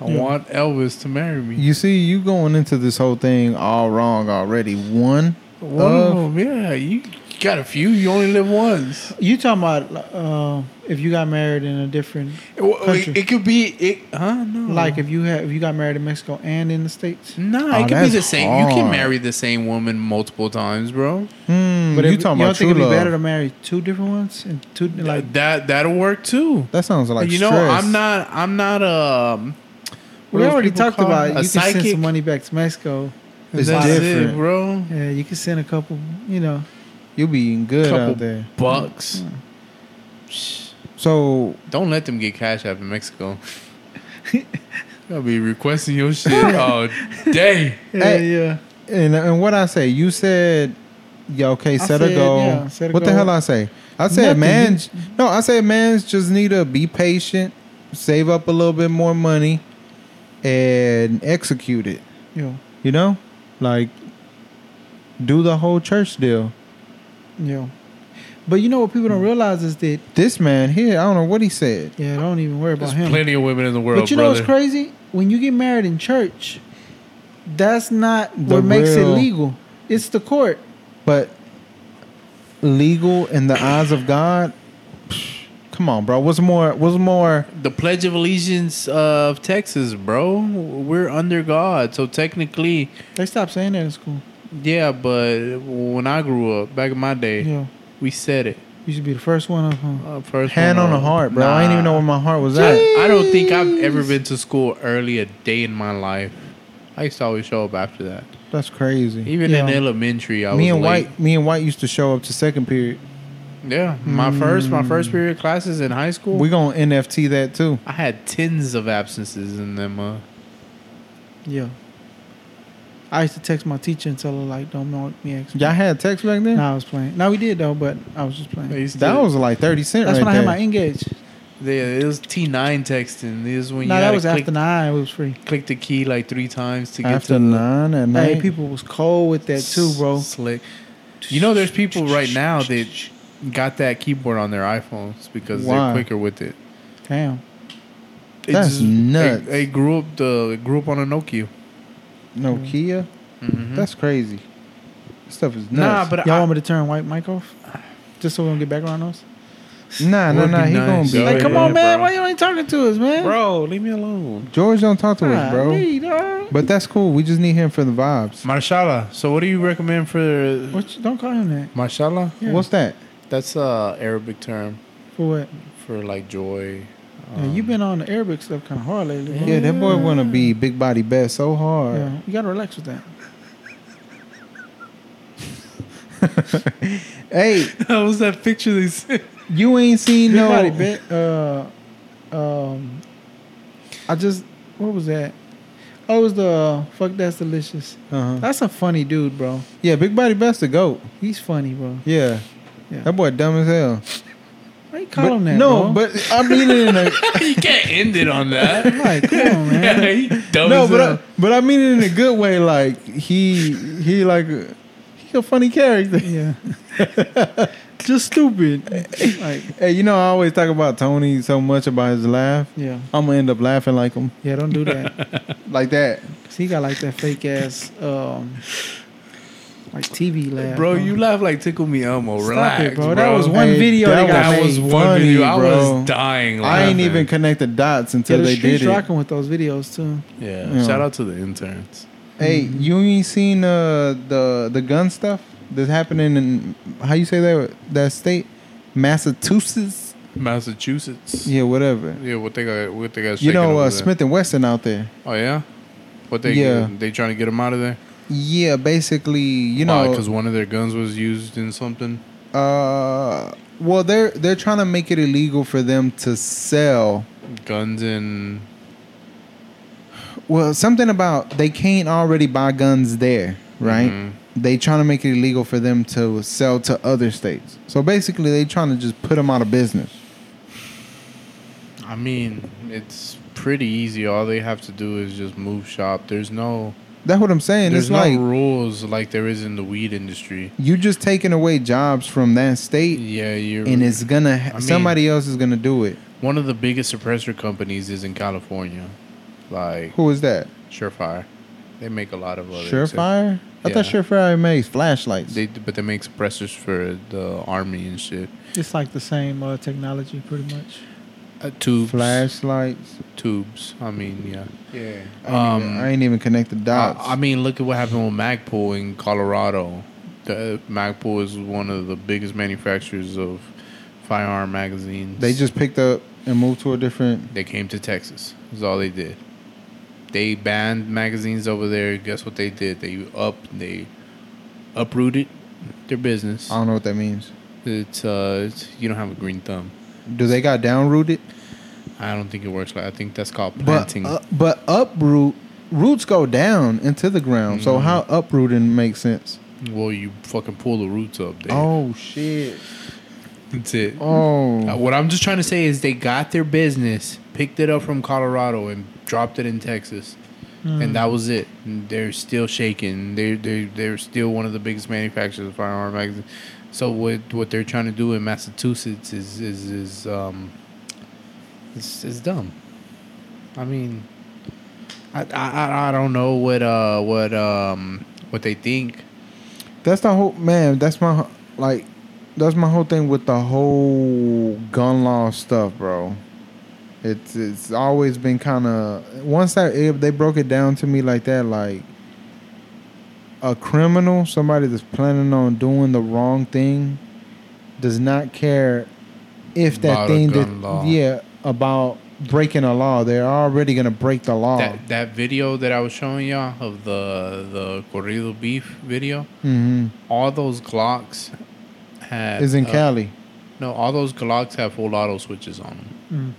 D: I want Elvis to marry me.
C: you see, you going into this whole thing all wrong already. One,
D: One
B: Uh,
C: of-
D: of them, yeah. You got a few. You only live once.
B: You talking about uh, if you got married in a different
D: It, it,
B: Country.
D: it could be it. Huh? No.
B: like if you have if you got married in Mexico and in the states?
D: Nah,
C: Oh,
D: it could be
C: that's
D: the same. You
C: hard.
D: can marry the same woman multiple times, bro.
C: Hmm,
B: But
C: you
B: if,
C: talking
B: you
C: about
B: don't think
C: true
B: it'd be
C: love?
B: better to marry two different ones and two like
D: Like that that'll work too.
C: That sounds like
D: you know,
C: stress.
D: I'm not. I'm not. Um,
B: we already talked about? It.
D: A
B: You can send
D: psychic?
B: some money back to Mexico.
C: It's
D: that's
C: different.
D: it, bro.
B: Yeah, you can send a couple. You know,
C: You'll be eating good
D: Couple
C: out there.
D: bucks.
C: So
D: Don't let them get cash out in Mexico. They'll be requesting your shit all day.
B: yeah,
C: Hey,
B: yeah.
C: and and what I say, you said, yeah, okay, set a
B: said,
C: goal.
B: yeah, set a
C: what the
B: goal.
C: hell I say? I said,
B: Nothing.
C: man, no, I said, man's just need to be patient, save up a little bit more money, and execute it.
B: Yo,
C: You know, like do the whole church deal.
B: yo. But you know what people don't realize is that
C: This man here, I don't know what he said.
B: yeah, don't even worry about
D: There's
B: him.
D: plenty of women in the world,
B: but you know
D: brother.
B: what's crazy? When you get married in church, that's not
C: The
B: what makes it
C: real-
B: legal. It's the court.
C: But legal in the eyes of God. Psh, Come on, bro. What's more? What's more?
D: the Pledge of Allegiance of Texas, bro. We're under God, so technically,
B: They stopped saying that in school.
D: yeah. But when I grew up, back in my day,
B: Yeah,
D: we said it.
B: you should be the first one up. Huh?
D: Uh, first
C: Hand
D: one
C: on the heart, bro. I didn't even know where my heart was at.
D: I, I don't think I've ever been to school early a day in my life. I used to always show up after that.
C: That's crazy.
D: Even in
B: Yeah.
D: elementary, I
C: Me
D: was
C: and
D: late.
C: White, me and White used to show up to second period.
D: Yeah, my first my
C: Hmm.
D: first period of classes in high school,
C: We gonna NFT that too.
D: I had tens of absences in them. Uh,
B: Yeah. I used to text my teacher and tell her like, "Don't make me ask."
C: Y'all had text back then.
B: Nah, I was playing. No, we did though, but I was just playing.
C: that was like thirty cent
B: That's
C: right
B: when I
C: there.
B: had my engage.
D: They, it was T nine texting. This is when
B: No,
D: you had
B: that
D: to
B: was
D: click,
B: after nine. It was free.
D: click the key like three times to get
C: after
D: to the
C: nine at night.
B: Hey, people was cold with that too, bro.
D: Slick. You know, there's people right now that got that keyboard on their iPhones because
C: Why?
D: they're quicker with it.
B: Damn.
D: They
C: That's nuts.
D: They, they grew up the grew up on a Nokia.
C: Nokia. That's crazy. This stuff is
D: Mm-hmm. Nah,
C: nuts.
D: but
B: Y'all
D: I,
B: want me to turn white mic off? Just so we don't get back around us.
C: nah, nah,
D: Would
C: nah.
D: be
C: He
D: nice.
C: gonna be.
D: Go
B: Hey, come
G: yeah,
B: on, man.
G: bro.
B: Why you ain't talking to us, man?
G: Bro, leave me alone.
C: George don't talk to us, bro.
B: Golly, dog.
C: But that's cool. We just need him for the vibes.
D: Marshala. So, what do you recommend for
B: What you- don't call him that.
D: Marshala?
B: Yeah.
C: What's that?
D: That's a Arabic term
B: For what?
D: for like joy.
B: Yeah, you've been on the Arabic stuff kind of hard lately. bro.
C: Yeah, that boy wanna be big body best so hard.
B: Yeah, you gotta relax with that.
C: Hey,
D: That was that picture they sent.
C: you ain't seen no.
B: Nobody bet. Uh, um, I just what was that? Oh, it was the fuck. That's delicious.
C: Uh-huh.
B: That's a funny dude, bro.
C: Yeah, big body best to go.
B: He's funny, bro.
C: Yeah.
B: Yeah.
C: That boy dumb as hell.
B: Why you call him that?
C: no,
B: bro?
C: but I mean it in a
D: you can't end it on that.
B: I'm like, come on, man.
D: He dumb
C: no,
D: as
C: but
D: hell.
C: I, but I mean it in a good way. Like he he like uh, he a funny character.
B: Yeah, just stupid. Like,
C: Hey, you know I always talk about Tony so much about his laugh.
B: yeah,
C: I'm gonna end up laughing like him,
B: yeah. Don't do that.
C: like that.
B: 'Cause he got like that fake ass, um, like TV laugh,
D: Bro, you laugh like Tickle Me Elmo.
B: Stop
D: Relax,
B: it, bro. That was one
C: Hey,
B: video
C: that
B: that, got
D: That
B: made.
D: was
C: made.
D: one
C: Funny,
D: video. I
C: bro.
D: was dying.
C: I ain't
D: laughing.
C: even connect the dots
B: yeah,
C: until
B: the
C: they
B: streets
C: did it.
B: rocking with those videos too.
D: Yeah.
C: Yeah.
D: Shout out to the interns.
C: Hey,
D: Mm-hmm.
C: you ain't seen uh, the the gun stuff that's happening in how you say that that state, Massachusetts?
D: Massachusetts.
C: Yeah, whatever.
D: Yeah, what they got? What they got?
C: You
D: shaking
C: know
D: over
C: uh,
D: there.
C: Smith and Wesson out there.
D: Oh yeah. What they?
C: Yeah.
D: They trying to get him out of there.
C: Yeah, basically, you know,
D: because one of their guns was used in something.
C: uh, well they're they're trying to make it illegal for them to sell.
D: Guns and
C: Well, something about they can't already buy guns there, right?
D: Mm-hmm.
C: They trying to make it illegal for them to sell to other states. So basically, they trying to just put them out of business.
D: I mean, it's pretty easy. All they have to do is just move shop. There's no.
C: That's what I'm saying.
D: there's
C: it's
D: no
C: like
D: rules like there is in the weed industry.
C: you just taking away jobs from that state,
D: Yeah, you're.
C: and it's gonna ha-
D: I mean-
C: somebody else is gonna do it.
D: one of the biggest suppressor companies is in California, like
C: Who is that?
D: Surefire. They make a lot of other.
C: Surefire. I thought
D: Yeah.
C: Surefire makes flashlights.
D: They but they make suppressors for the army and shit.
B: It's like the same uh, technology, pretty much.
D: Uh, tubes,
C: flashlights.
D: tubes. I mean, yeah.
C: Yeah.
D: Um,
C: I ain't even connect the dots.
D: I, I mean, look at what happened with Magpul in Colorado. The, Magpul is one of the biggest manufacturers of firearm magazines.
C: they just picked up and moved to a different.
D: they came to Texas. Is all they did. They banned magazines over there. Guess what they did? They up they uprooted their business.
C: I don't know what that means.
D: It's uh, it's, you don't have a green thumb.
C: Do they got downrooted?
D: I don't think it works like. I think that's called
C: But
D: planting.
C: uh, but uproot roots go down into the ground.
D: Mm-hmm.
C: So how uprooting makes sense?
D: well, you fucking pull the roots up. Dave.
C: Oh shit.
D: that's it. Uh,
C: Oh.
D: What I'm just trying to say is they got their business, picked it up from Colorado, and dropped it in Texas, and that was it. And they're still shaking. They they they're still one of the biggest manufacturers of firearm magazines. So what what they're trying to do in Massachusetts is is is um is, is dumb. I mean, I, I I- I don't know what uh what um what they think.
C: That's the whole man. That's my like. That's my whole thing with the whole gun law stuff, bro. It's it's always been kind of once that if they broke it down to me like that, like a criminal, somebody that's planning on doing the wrong thing, does not care if that
D: About a
C: thing
D: gun
C: that
D: law.
C: yeah about breaking a law. They're already gonna break the law.
D: That that video that I was showing y'all of the the corrido beef video.
C: hmm
D: all those Glocks have
C: Is in
D: uh,
C: Cali.
D: No, all those Glocks have full auto switches on them.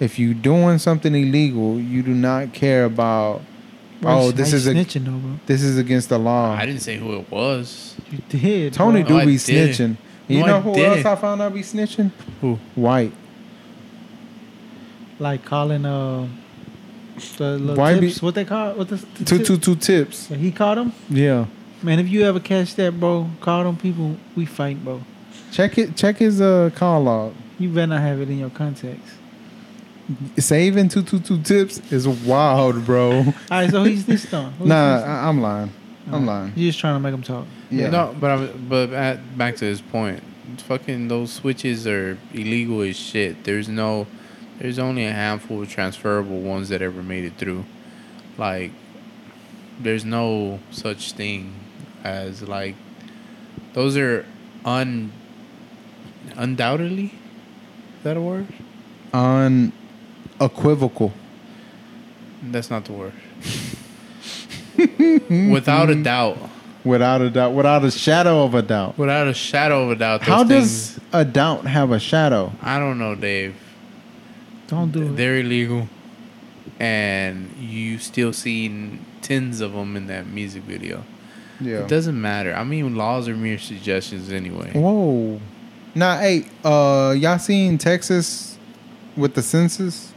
C: if you doing something illegal, you do not care about. oh, this is a,
B: snitching though, bro.
C: this is against the law.
D: I didn't say who it was.
B: You did.
C: Tony
D: No,
C: do
D: I
C: be
D: didn't.
C: snitching. You
D: No, I
C: know who
D: didn't.
C: else I found out be snitching?
D: Who?
C: White.
B: like calling uh, the little
C: Why be-
B: tips. what they call what the, the
C: Two
B: tip-
C: two two tips.
B: When he caught him,
C: Yeah.
B: man. If you ever catch that, bro, call them people. We fight, bro.
C: Check it. Check his uh, call log.
B: You better not have it in your contacts.
C: Saving two two two tips is wild, bro.
B: All right, so he's this on. Who's
C: nah,
B: snitching?
C: I, I'm lying. I'm lying.
B: you just trying to make him talk.
C: Yeah.
D: No, but I'm, but at, back to his point, fucking those switches are illegal as shit. There's no, there's only a handful of transferable ones that ever made it through. Like, there's no such thing as like, those are un, undoubtedly, is that a word?
C: Unequivocal.
D: That's not the word. Without a
C: Mm-hmm.
D: doubt,
C: Without a doubt. Without a shadow of a doubt.
D: without a shadow of a doubt, those
C: How
D: things,
C: does a doubt have a shadow?
D: I don't know, Dave.
B: Don't do it.
D: They're illegal, and you still see tens of them in that music video.
C: Yeah.
D: It doesn't matter. I mean, laws are mere suggestions anyway.
C: Whoa. Now, hey, uh, y'all seen Texas with the census?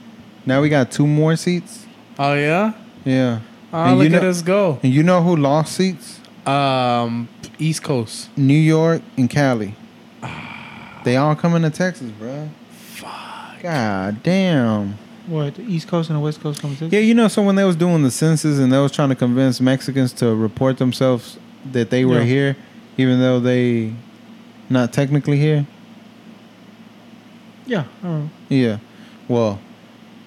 C: Now we got two more seats.
D: Oh yeah,
C: Yeah.
D: oh, look
C: you know,
D: at us go.
C: And you know who lost seats?
D: Um, East Coast.
C: New York and Cali. They all coming to Texas, bruh. Fuck. God damn.
B: What? The East Coast and the West Coast coming to
C: Yeah, you know, so when they was doing the census and they was trying to convince Mexicans to report themselves that they were
B: Yeah.
C: here, even though they not technically here.
B: yeah. I remember.
C: Yeah. Well,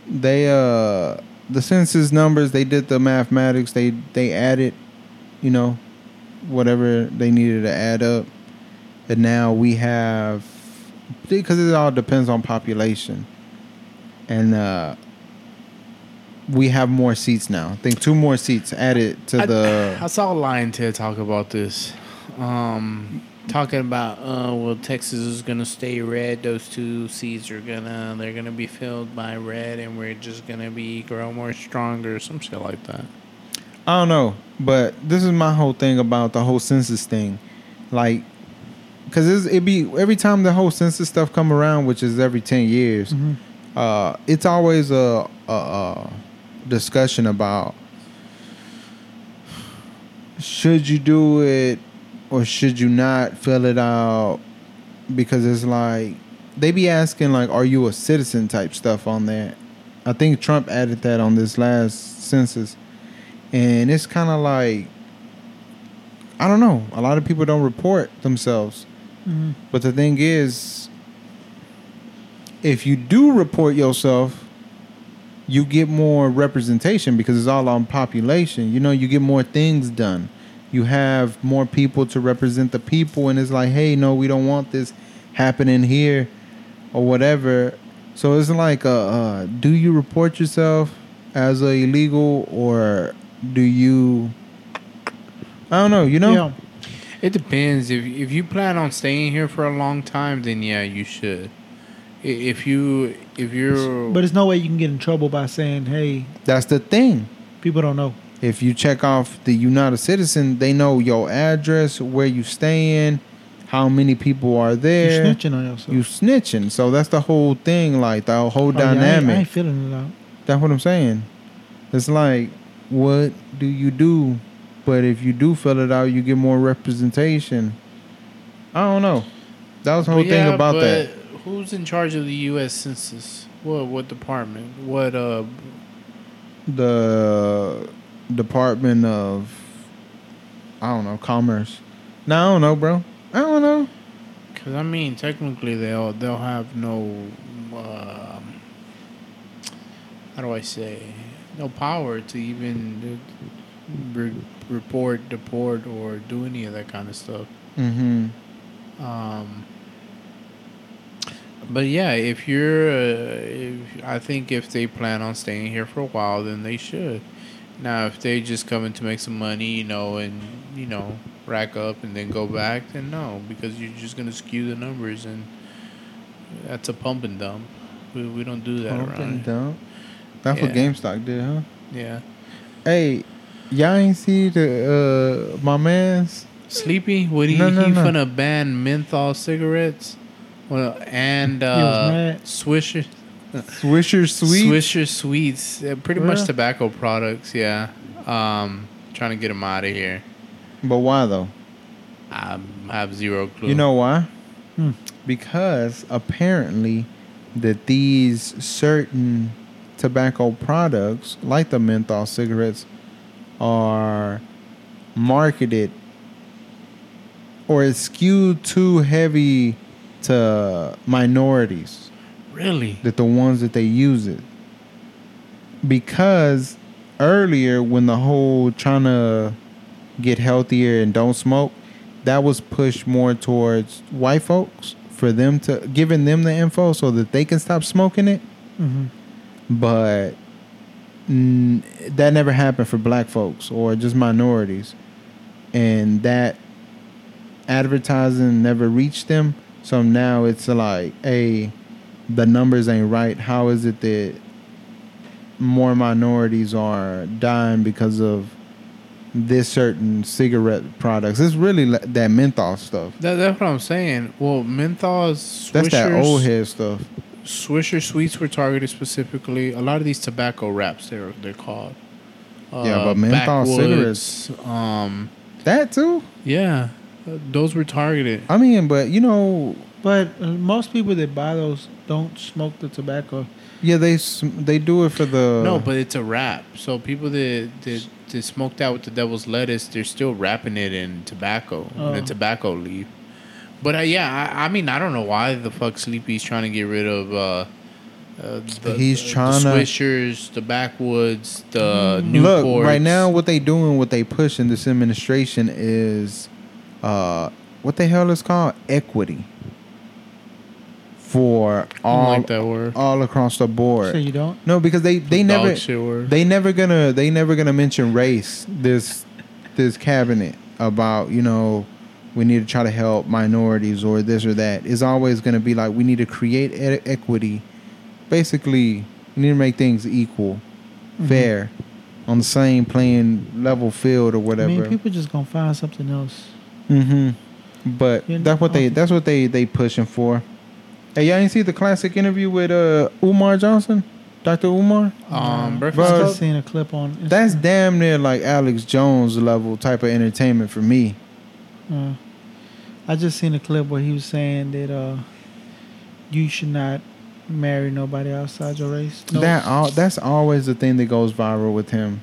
C: they uh the census numbers, they did the mathematics, they they added, you know, whatever they needed to add up. And now we have because it all depends on population. And uh we have more seats now. I think two more seats added to
D: I,
C: the
D: I saw Lion Ted talk about this. Um, talking about uh, well, Texas is gonna stay red. Those two seeds are gonna they're gonna be filled by red, and we're just gonna be grow more stronger, some shit like that.
C: I don't know, but this is my whole thing about the whole census thing, like, cause it's, it be every time the whole census stuff come around, which is every ten years, uh, it's always a, a, a discussion about should you do it or should you not fill it out because it's like they be asking like are you a citizen type stuff on there. I think Trump added that on this last census and it's kind of like I don't know. A lot of people don't report themselves, but the thing is, if you do report yourself, you get more representation because it's all on population. You know, you get more things done. You have more people to represent the people, and it's like, hey, no, we don't want this happening here, or whatever. So it's like, uh, uh, do you report yourself as a illegal, or do you? I don't know. You know,
B: Yeah.
D: It depends. If if you plan on staying here for a long time, then yeah, you should. I- If you if you're
B: But there's no way you can get in trouble by saying, "Hey,
C: that's the thing.
B: people don't know."
C: If you check off the you're not a citizen, they know your address, where you staying, how many people are
B: You're
C: there.
B: snitching on yourself.
C: You snitching. So that's the whole thing, like the whole
B: Oh, yeah, I ain't- I, ain't,
C: dynamic.
B: feeling it out.
C: that's what I'm saying. It's like, what do you do? But if you do fill it out, you get more representation. I don't know. That was the whole
D: But
C: thing
D: yeah,
C: about
D: but
C: that.
D: Who's in charge of the U.S. Census? What what department? What uh?
C: The Department of, I don't know, Commerce. No, I don't know, bro. I don't know.
D: Because I mean, technically they'll they'll have no. um how do I say? No power to even re- report, deport, or do any of that kind of stuff.
C: Mm-hmm.
D: Um, but yeah, if you're, uh, if, I think if they plan on staying here for a while, then they should. Now, if they just coming to make some money, you know, and you know, rack up and then go back, then no, because you're just gonna skew the numbers, and that's a pump and dump. We, we don't do that
C: I don't
D: around.
C: think
D: here.
C: don't. That's what
D: Yeah.
C: GameStop did, huh?
D: Yeah.
C: Hey, y'all ain't see the uh my man's
D: Sleepy? Would he?
C: No, no,
D: he
C: no.
D: finna ban menthol cigarettes? Well, and uh,
B: mad.
D: Swisher,
C: Swisher Sweet.
D: Swisher sweets, uh, pretty much
C: Yeah.
D: tobacco products. Yeah, um, trying to get them out of here.
C: But why though?
D: I have zero clue.
C: You know why? Because apparently that these certain tobacco products, like the menthol cigarettes, are marketed or is skewed too heavy to minorities
D: really?
C: that the ones that they use it. Because earlier, when the whole trying to get healthier and don't smoke, that was pushed more towards white folks for them to giving them the info so that they can stop smoking it. But n- that never happened for black folks or just minorities, and that advertising never reached them. So now it's like, hey, the numbers ain't right. How is it that more minorities are dying because of this certain cigarette products? It's really li- that menthol stuff.
D: That, that's what I'm saying. Well, menthols, Swishers,
C: That's that old head stuff.
D: Swisher sweets were targeted specifically. A lot of these tobacco wraps, they're they're called. Uh,
C: Yeah, but menthol cigarettes-
D: Backwoods, Um,
C: That too.
D: yeah, uh, those were targeted.
C: I mean, but you know,
B: But uh, most people that buy those don't smoke the tobacco.
C: yeah, they sm- they do it for the
D: No, but it's a wrap. So people that that, that smoked out with the devil's lettuce, they're still wrapping it in tobacco, in
B: Oh.
D: the tobacco leaf. But uh, yeah, I, I mean, I don't know why the fuck Sleepy's trying to get rid of. Uh, uh, the,
C: He's trying to-
D: the Swishers, the backwoods, the new
C: Mm. look right now. What they doing? What they pushing this administration is, uh, what the hell is called equity for all
D: like that word.
C: all across the board.
B: So you don't?
C: No, because they they
D: Dog
C: never
D: shit word.
C: they never gonna they never gonna mention race this this cabinet about you know we need to try to help minorities or this or that. It's always gonna be like we need to create e- equity. Basically, we need to make things equal, fair, on the same playing level field or
B: I
C: whatever.
B: mean, people just gonna find something else.
C: hmm But
B: You're
C: that's what they
B: not-
C: that's what they they pushing for. Hey, y'all ain't see the classic interview with uh Umar Johnson, Doctor Umar.
D: um,
B: I
C: Bro,
D: breakfast.
B: just seen a clip on. Instagram.
C: That's damn near like Alex Jones level type of entertainment for me.
B: Uh, I just seen a clip where he was saying that uh, you should not marry nobody outside your race. No,
C: That all that's always the thing that goes viral with him.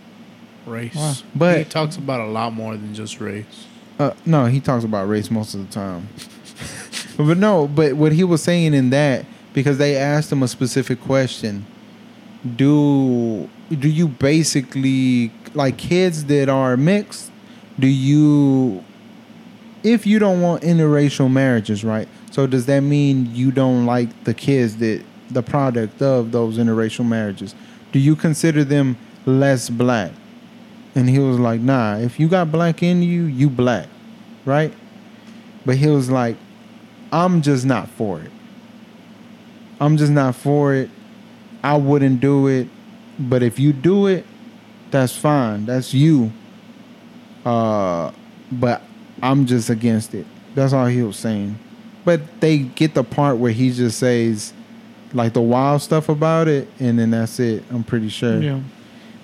D: race,
B: Wow.
C: But-
D: he talks about a lot more than just race.
C: Uh, no, he talks about race most of the time. but no, but what he was saying in that because they asked him a specific question. Do do you basically like kids that are mixed? Do you if you don't want interracial marriages, right? So does that mean you don't like the kids that the product of those interracial marriages? Do you consider them less black? And he was like, "Nah, if you got black in you, you black." Right? But he was like, "I'm just not for it. I'm just not for it. I wouldn't do it, but if you do it, that's fine. That's you." Uh, but I'm just against it. That's all he was saying. But they get the part where he just says like the wild stuff about it, and then that's it. I'm pretty sure.
B: Yeah.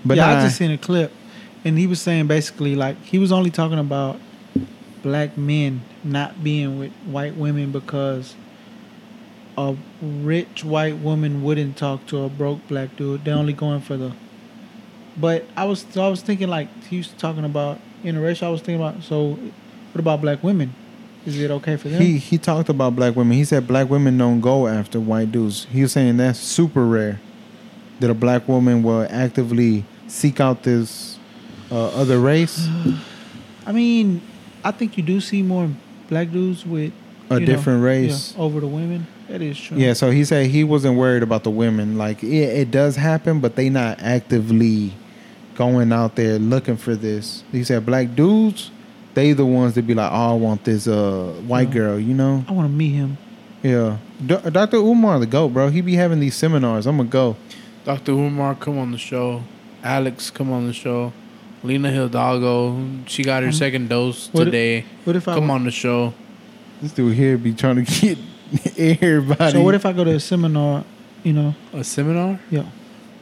C: But
B: yeah,
C: nah.
B: I just seen a clip, and he was saying basically like he was only talking about black men not being with white women because a rich white woman wouldn't talk to a broke black dude. They're only going for the. But I was I was thinking like he was talking about interracial. I was thinking about so what about black women? Is it okay for them?
C: He he talked about black women. He said black women don't go after white dudes. He was saying that's super rare that a black woman will actively seek out this uh, other race,
B: I mean, I think you do see more black dudes with
C: a
B: you know,
C: different
B: yeah,
C: race.
B: over the women. That is true.
C: Yeah, so he said he wasn't worried about the women. Like it, it does happen, but they not actively going out there looking for this. He said black dudes, they the ones that be like, "Oh, I want this uh white girl," you know?
B: I want to meet him.
C: Yeah, Do- Dr. Umar the goat, bro. He be having these seminars. I'm gonna go.
D: Dr. Umar, come on the show. Alex, come on the show. Lena Hidalgo, she got her second dose
B: Mm-hmm. What if-
D: today.
B: What if I
D: come on the show.
C: This dude here be trying to get everybody.
B: So what if I go to a seminar? You know,
D: A seminar?
B: yeah,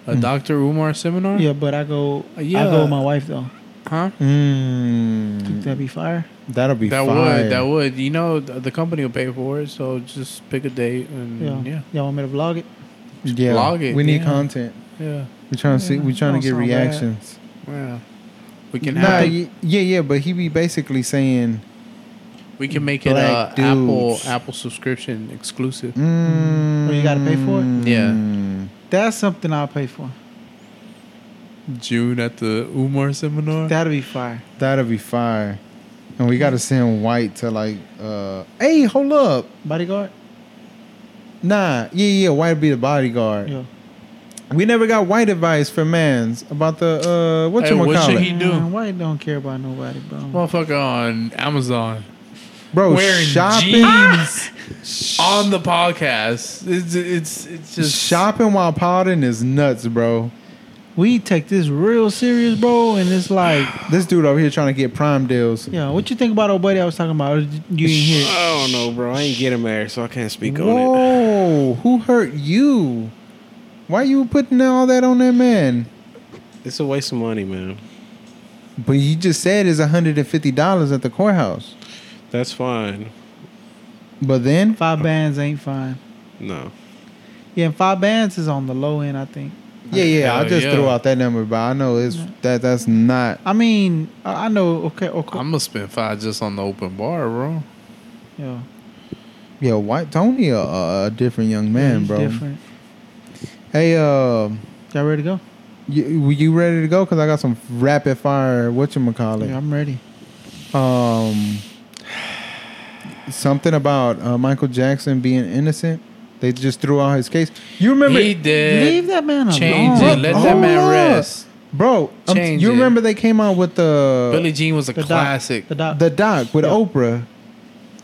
D: A Dr. Umar seminar?
B: Mm. yeah. But I go, I
D: Yeah. Mm-hmm.
B: go with my wife though.
D: Huh?
C: Mm,
B: Think that'd be fire.
C: that'll be
D: That
C: fire.
D: would. That would. You know, th- the company will pay for it. So just pick a date and
B: Yeah.
D: Mm, yeah.
B: Y'all want me to vlog it?
C: Yeah,
D: Vlog it,
C: we need
D: yeah.
C: content.
D: Yeah.
C: We're trying to see. We're trying to
B: don't
C: get
B: sound bad.
C: reactions.
D: Yeah. We can
C: Nah,
D: have it-
C: y- yeah, yeah, but he be basically saying,
D: we can make it
C: black
D: a Apple
C: dudes.
D: Apple subscription exclusive.
C: mm,
B: Or you gotta pay for it?
C: Yeah,
B: That's something I'll pay for.
D: June at the Umar seminar.
B: That'd be fire.
C: that'll be fire. And we gotta send White to like, uh, hey, hold up,
B: Bodyguard.
C: nah, yeah, yeah, White be the bodyguard.
B: Yeah.
C: We never got White advice from Mans about the uh, what
D: Hey,
C: you
D: what
C: call
D: should he
C: it,
B: Man,
D: do?
B: White don't care about nobody, bro.
D: Motherfucker on Amazon
C: bro?
D: wearing
C: Oh, Shopping, Ah!
D: jeans on the podcast. It's it's it's just
C: shopping while powdering is nuts, bro.
B: we take this real serious, bro, and it's like,
C: This dude over here trying to get prime deals.
B: yeah, what you think about old buddy I was talking about? Or You ain't hear? it?
G: I don't know, bro. I ain't get him there, so I can't speak on it.
C: Whoa, who hurt you? Why you putting all that on that man?
G: It's a waste of money, man.
C: But you just said it's hundred and fifty dollars at the courthouse.
G: That's fine.
C: But then,
B: Five bands ain't fine.
G: No.
B: Yeah, and five bands is on the low end, I think.
C: yeah, yeah, I
D: Hell
C: just
D: yeah.
C: threw out that number, but I know it's that that's not.
B: I mean, I I know. Okay, okay.
D: I'm gonna spend five just on the open bar, bro.
B: yeah,
C: Yeah, White Tony, a, a a different young man,
B: he's
C: bro.
B: Different.
C: Hey, uh,
B: Y'all ready to go?
C: you, you ready to go? Cause I got some rapid fire. What you call
B: Yeah,
C: it?
B: I'm ready.
C: Um, something about uh, Michael Jackson being innocent. They just threw out his case. You remember?
D: He did
B: Leave that man alone.
D: change it. Let that
C: Hold
D: man
C: up.
D: rest.
C: Bro, I'm-
D: Change
C: you
D: it.
C: remember they came out with Uh, the
D: Billie Jean was a
B: The doc-
D: classic.
B: The doc.
C: the doc with
B: Yeah.
C: Oprah,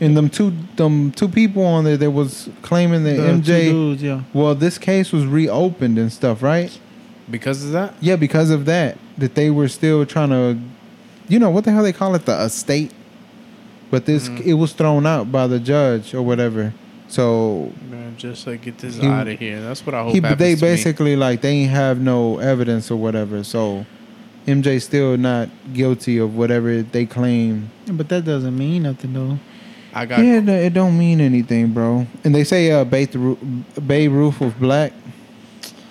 C: and them two them two people on there that was claiming that
B: the uh, two
C: MJ.
B: dudes, yeah.
C: Well, this case was reopened and stuff, right?
D: because of that,
C: Yeah, because of that, that they were still trying to, you know, what the hell they call it, the estate. But this,
B: Mm-hmm.
C: it was thrown out by the judge or whatever. So
D: man, just like get this
C: He-
D: out of here. That's what I hope.
C: he, but
D: happens
C: they
D: to me.
C: basically like they ain't have no evidence or whatever. So MJ still not guilty of whatever they claim.
B: But that doesn't mean nothing, though.
D: I got
C: Yeah, it, it don't mean anything, bro. And they say uh, Babe, Ru- Babe Roof was black.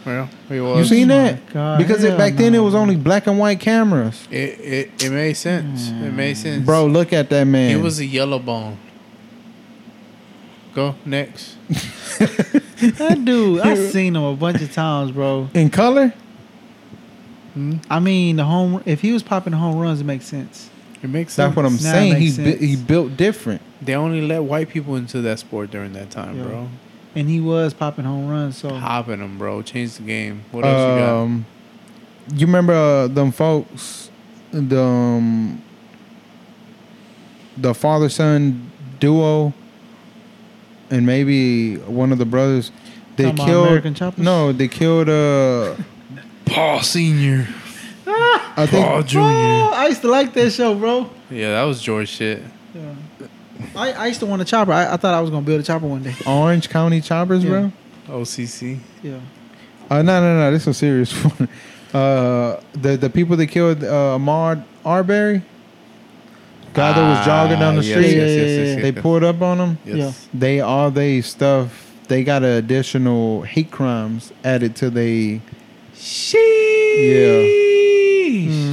D: well, it
C: You
D: was.
C: seen
B: my
C: that?
B: God,
C: because it,
B: hell
C: back then it
B: no,
C: was
B: bro.
C: only black and white cameras.
D: It, it it made sense. It made sense,
C: Mm. Bro, look at that man.
D: He was a yellow bone. Go next.
B: That dude, I seen him a bunch of times, bro.
C: in color.
B: I mean, the home. If he was popping home runs, it makes sense.
D: It makes sense.
C: That's what I'm
B: Now it
C: saying. He
B: makes
C: bu-
B: sense.
C: he built different.
D: They only let white people into that sport during that time,
B: Yeah.
D: bro.
B: And he was popping home runs, so
D: Hopping them, bro. Change the game. What else you got?
C: Um, you remember uh, them folks, the um, the father son duo, and maybe one of the brothers. They
B: Talking about
C: killed
B: American Choppers?
C: no. They killed. Uh,
D: Paul Senior,
C: I
D: Paul
C: think
D: Junior.
B: Oh, I used to like that show, bro.
D: Yeah, that was George shit.
B: Yeah. I, I used to want a chopper. I, I thought I was gonna build a chopper one day.
C: Orange County Choppers, bro.
D: OCC.
B: Yeah.
C: Uh, no, no, no. This is a serious one. Uh, the the people that killed uh, Ahmad Arbery, guy that was jogging down the
D: Ah, yes,
C: street.
D: yes, yes, yes,
C: they
D: yes.
C: pulled up on him.
D: Yes.
C: they all they stuff they got a additional hate crimes added to they yeah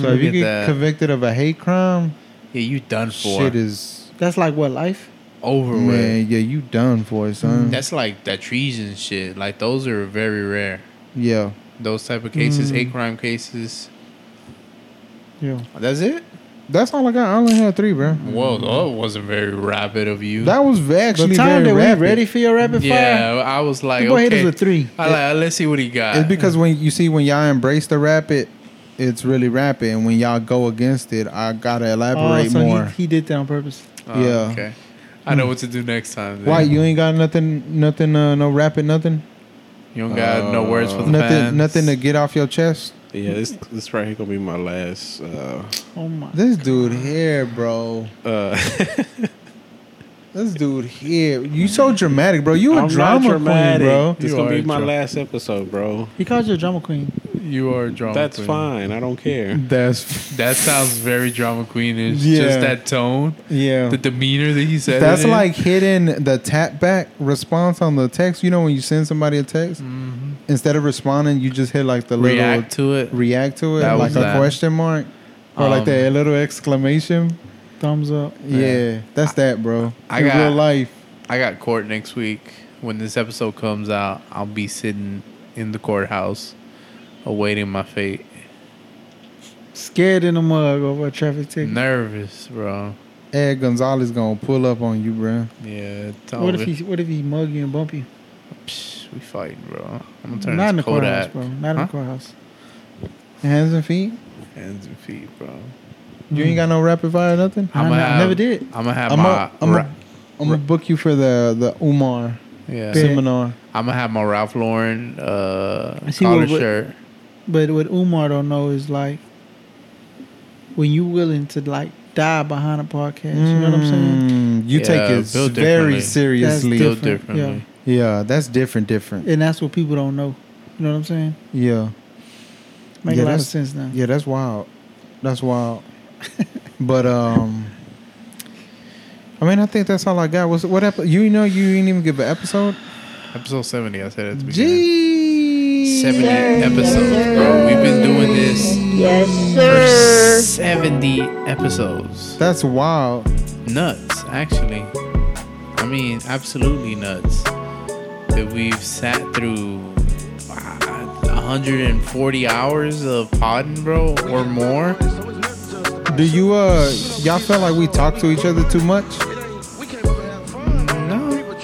C: so
D: Look
C: if you
D: at
C: get
D: that.
C: convicted of a hate crime
D: Yeah, you done for.
C: shit is
B: That's like what life.
D: over with.
C: man yeah you done for it son
D: That's like that treason shit. Like those are very rare.
C: yeah
D: Those type of cases,
C: Mm.
D: hate crime cases.
B: Yeah.
D: That's it.
C: that's all I got I only had three bro
D: Whoa, that wasn't very rapid of you.
C: Mm. that was
B: The
C: actually
B: time
C: very
B: that
C: rapid.
B: we ready for your rapid fire.
D: yeah, I was like,
B: The boy hit
D: okay.
B: us with three.
D: I like, let's see what he got.
C: it's because when you see when y'all embrace the rapid it's really rapid and when y'all go against it I gotta
B: Oh,
C: elaborate
B: so
C: more
B: he, he did that on purpose.
D: Oh,
C: yeah. Mm.
D: Okay. I know what to do next time.
C: Why
D: dude.
C: you ain't got nothing, nothing, uh, no rapping, nothing,
D: You don't got no words for the
C: Uh, nothing,
D: fans.
C: nothing to get off your chest.
G: Yeah, this this right here gonna be my last. Uh,
B: Oh my.
C: This dude here, bro.
G: uh,
C: This dude here. You so dramatic, bro. You a
G: I'm not
C: drama queen,
G: dramatic.
C: bro.
G: This
D: You
G: gonna
D: are
G: be
D: a
G: my
D: dra-
G: last episode, bro.
B: He calls you a drama queen.
D: You are a drama.
G: That's
D: queen.
G: fine. I don't care.
C: That's
D: That sounds very drama queenish.
C: Yeah.
D: Just that tone,
C: yeah.
D: the demeanor that he said.
C: That's
D: it in.
C: like hitting the tap back response on the text. You know when you send somebody a text, instead of responding, you just hit like the
D: Mm-hmm. react to it.
C: little react to it,
D: That
C: like
D: was
C: a
D: that.
C: question mark or like
D: Um,
C: that little exclamation.
B: Thumbs up.
C: Yeah, that's that, bro.
D: I
C: In
D: got-
C: real life.
D: I got court next week. When this episode comes out, I'll be sitting in the courthouse, awaiting my fate.
B: Scared in a mug over a traffic ticket.
D: Nervous, bro.
C: Ed Gonzalez gonna pull up on you, bro.
D: Yeah. tell
B: What
D: me.
B: if he What if he mug you and bump you?
D: Psh, we fighting, bro. I'm gonna turn
B: Not in the
D: into
B: courthouse,
D: Kodak.
B: bro. Not in
D: Huh?
B: the courthouse.
C: Hands and feet.
D: Hands and feet, bro.
C: You
D: Mm.
C: ain't got no rapid fire, or nothing.
B: I ne- never did.
D: I'm gonna have
C: I'm
D: my.
C: gonna I'm
D: ra-
C: gonna book you for the the Umar
D: yeah.
B: Bet.
C: seminar.
D: I'm gonna have my Ralph Lauren uh,
B: I see
D: collar
B: what- what-
D: shirt.
B: But what Umar don't know is like when you willing to like die behind a podcast. You know what I'm saying?
C: Mm, You
D: Yeah,
C: take it
D: built
C: very
D: differently.
C: seriously.
D: Built
B: different,
D: differently.
C: yeah, that's different.
D: Mm.
C: Different.
B: And that's what people don't know. You know what I'm saying?
C: Yeah.
B: Make
C: Yeah,
B: a lot of
C: that's-
B: sense now.
C: Yeah, that's wild. That's wild. but um, I mean, I think that's all I got. Was what episode? You know, you didn't even give an episode.
D: Episode 70, I said it at the beginning.
C: Gee,
D: 70 episodes, bro. We've been doing this for 70 episodes.
C: that's wild.
D: Nuts, actually. I mean, absolutely nuts. That we've sat through uh, 140 hours of podding, bro, or more.
C: Do you uh, y'all feel like we talk to each other too much?
D: No.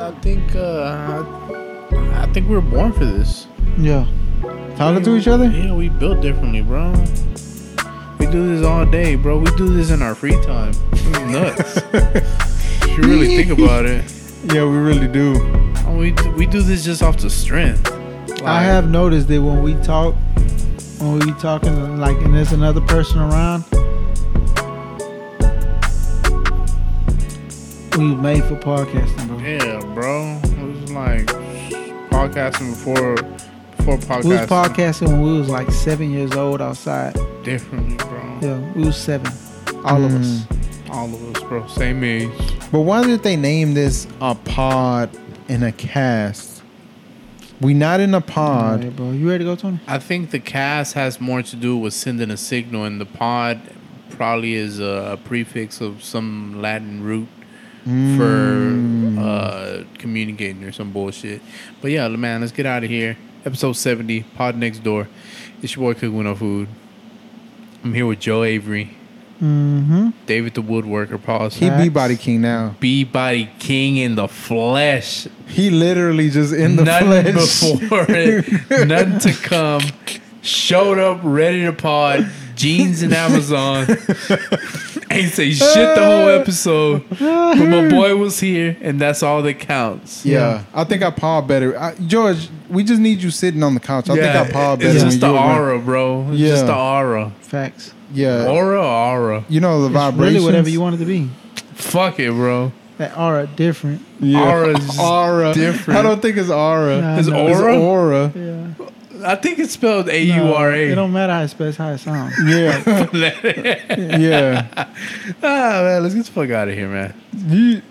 D: I think, uh, I think we were born for this.
B: Yeah.
C: Talking to each other?
D: Yeah, we built differently, bro. We do this all day, bro. We do this in our free time. This is nuts. if you really think about it,
C: Yeah, we really do.
D: Oh, we we do this just off the strength.
B: I
D: Like,
B: have noticed that when we talk, when we talking like and there's another person around, we made for podcasting, bro.
D: yeah, bro. It was like podcasting before before podcasting.
B: We was podcasting when we was like seven years old outside.
D: differently, bro. Mm.
B: Yeah, we was seven, all of us.
D: All of us, bro. Same age.
C: But why did they name this a pod and a cast? We not in a
B: All
C: pod.
B: right, bro. You ready to go, Tony?
D: I think the cast has more to do with sending a signal, and the pod probably is a, a prefix of some Latin root for uh, communicating or some bullshit. But yeah, man, let's get out of here. Episode 70, Pod Next Door. It's your boy Cook with No Food. I'm here with Joe Avery,
B: Mm-hmm.
D: David the Woodworker, Paul
C: He
D: Sack,
C: be Body King now.
D: B Body King in the flesh.
C: He literally just in the
D: none
C: flesh.
D: before it, none to come. Showed up ready to pod, jeans and Amazon. Ain't say shit the whole
C: Uh,
D: episode, but my boy was here, and that's all that counts.
C: Yeah, I think I paw better. I, George, we just need you sitting on the couch. I think I paw better.
D: it's just
C: when you
D: the
C: around.
D: aura, bro. It's just
C: Yeah.
D: the aura,
B: Facts.
C: Yeah,
D: aura, aura.
C: you know the
B: It's
C: vibration.
B: Really, whatever you want it to be.
D: Fuck it, bro.
B: That aura different.
D: Aura's just
C: aura.
D: different.
C: I don't think it's aura.
B: Nah,
D: It's
B: no.
C: It's
D: aura?
C: aura.
B: Yeah.
D: I think it's spelled A U
B: No,
D: R
B: Uh, It
D: A.
B: don't matter how it spells, how it sounds.
C: Yeah,
D: Ah
C: yeah.
D: man, let's get the fuck out of here, man.
C: Yeet.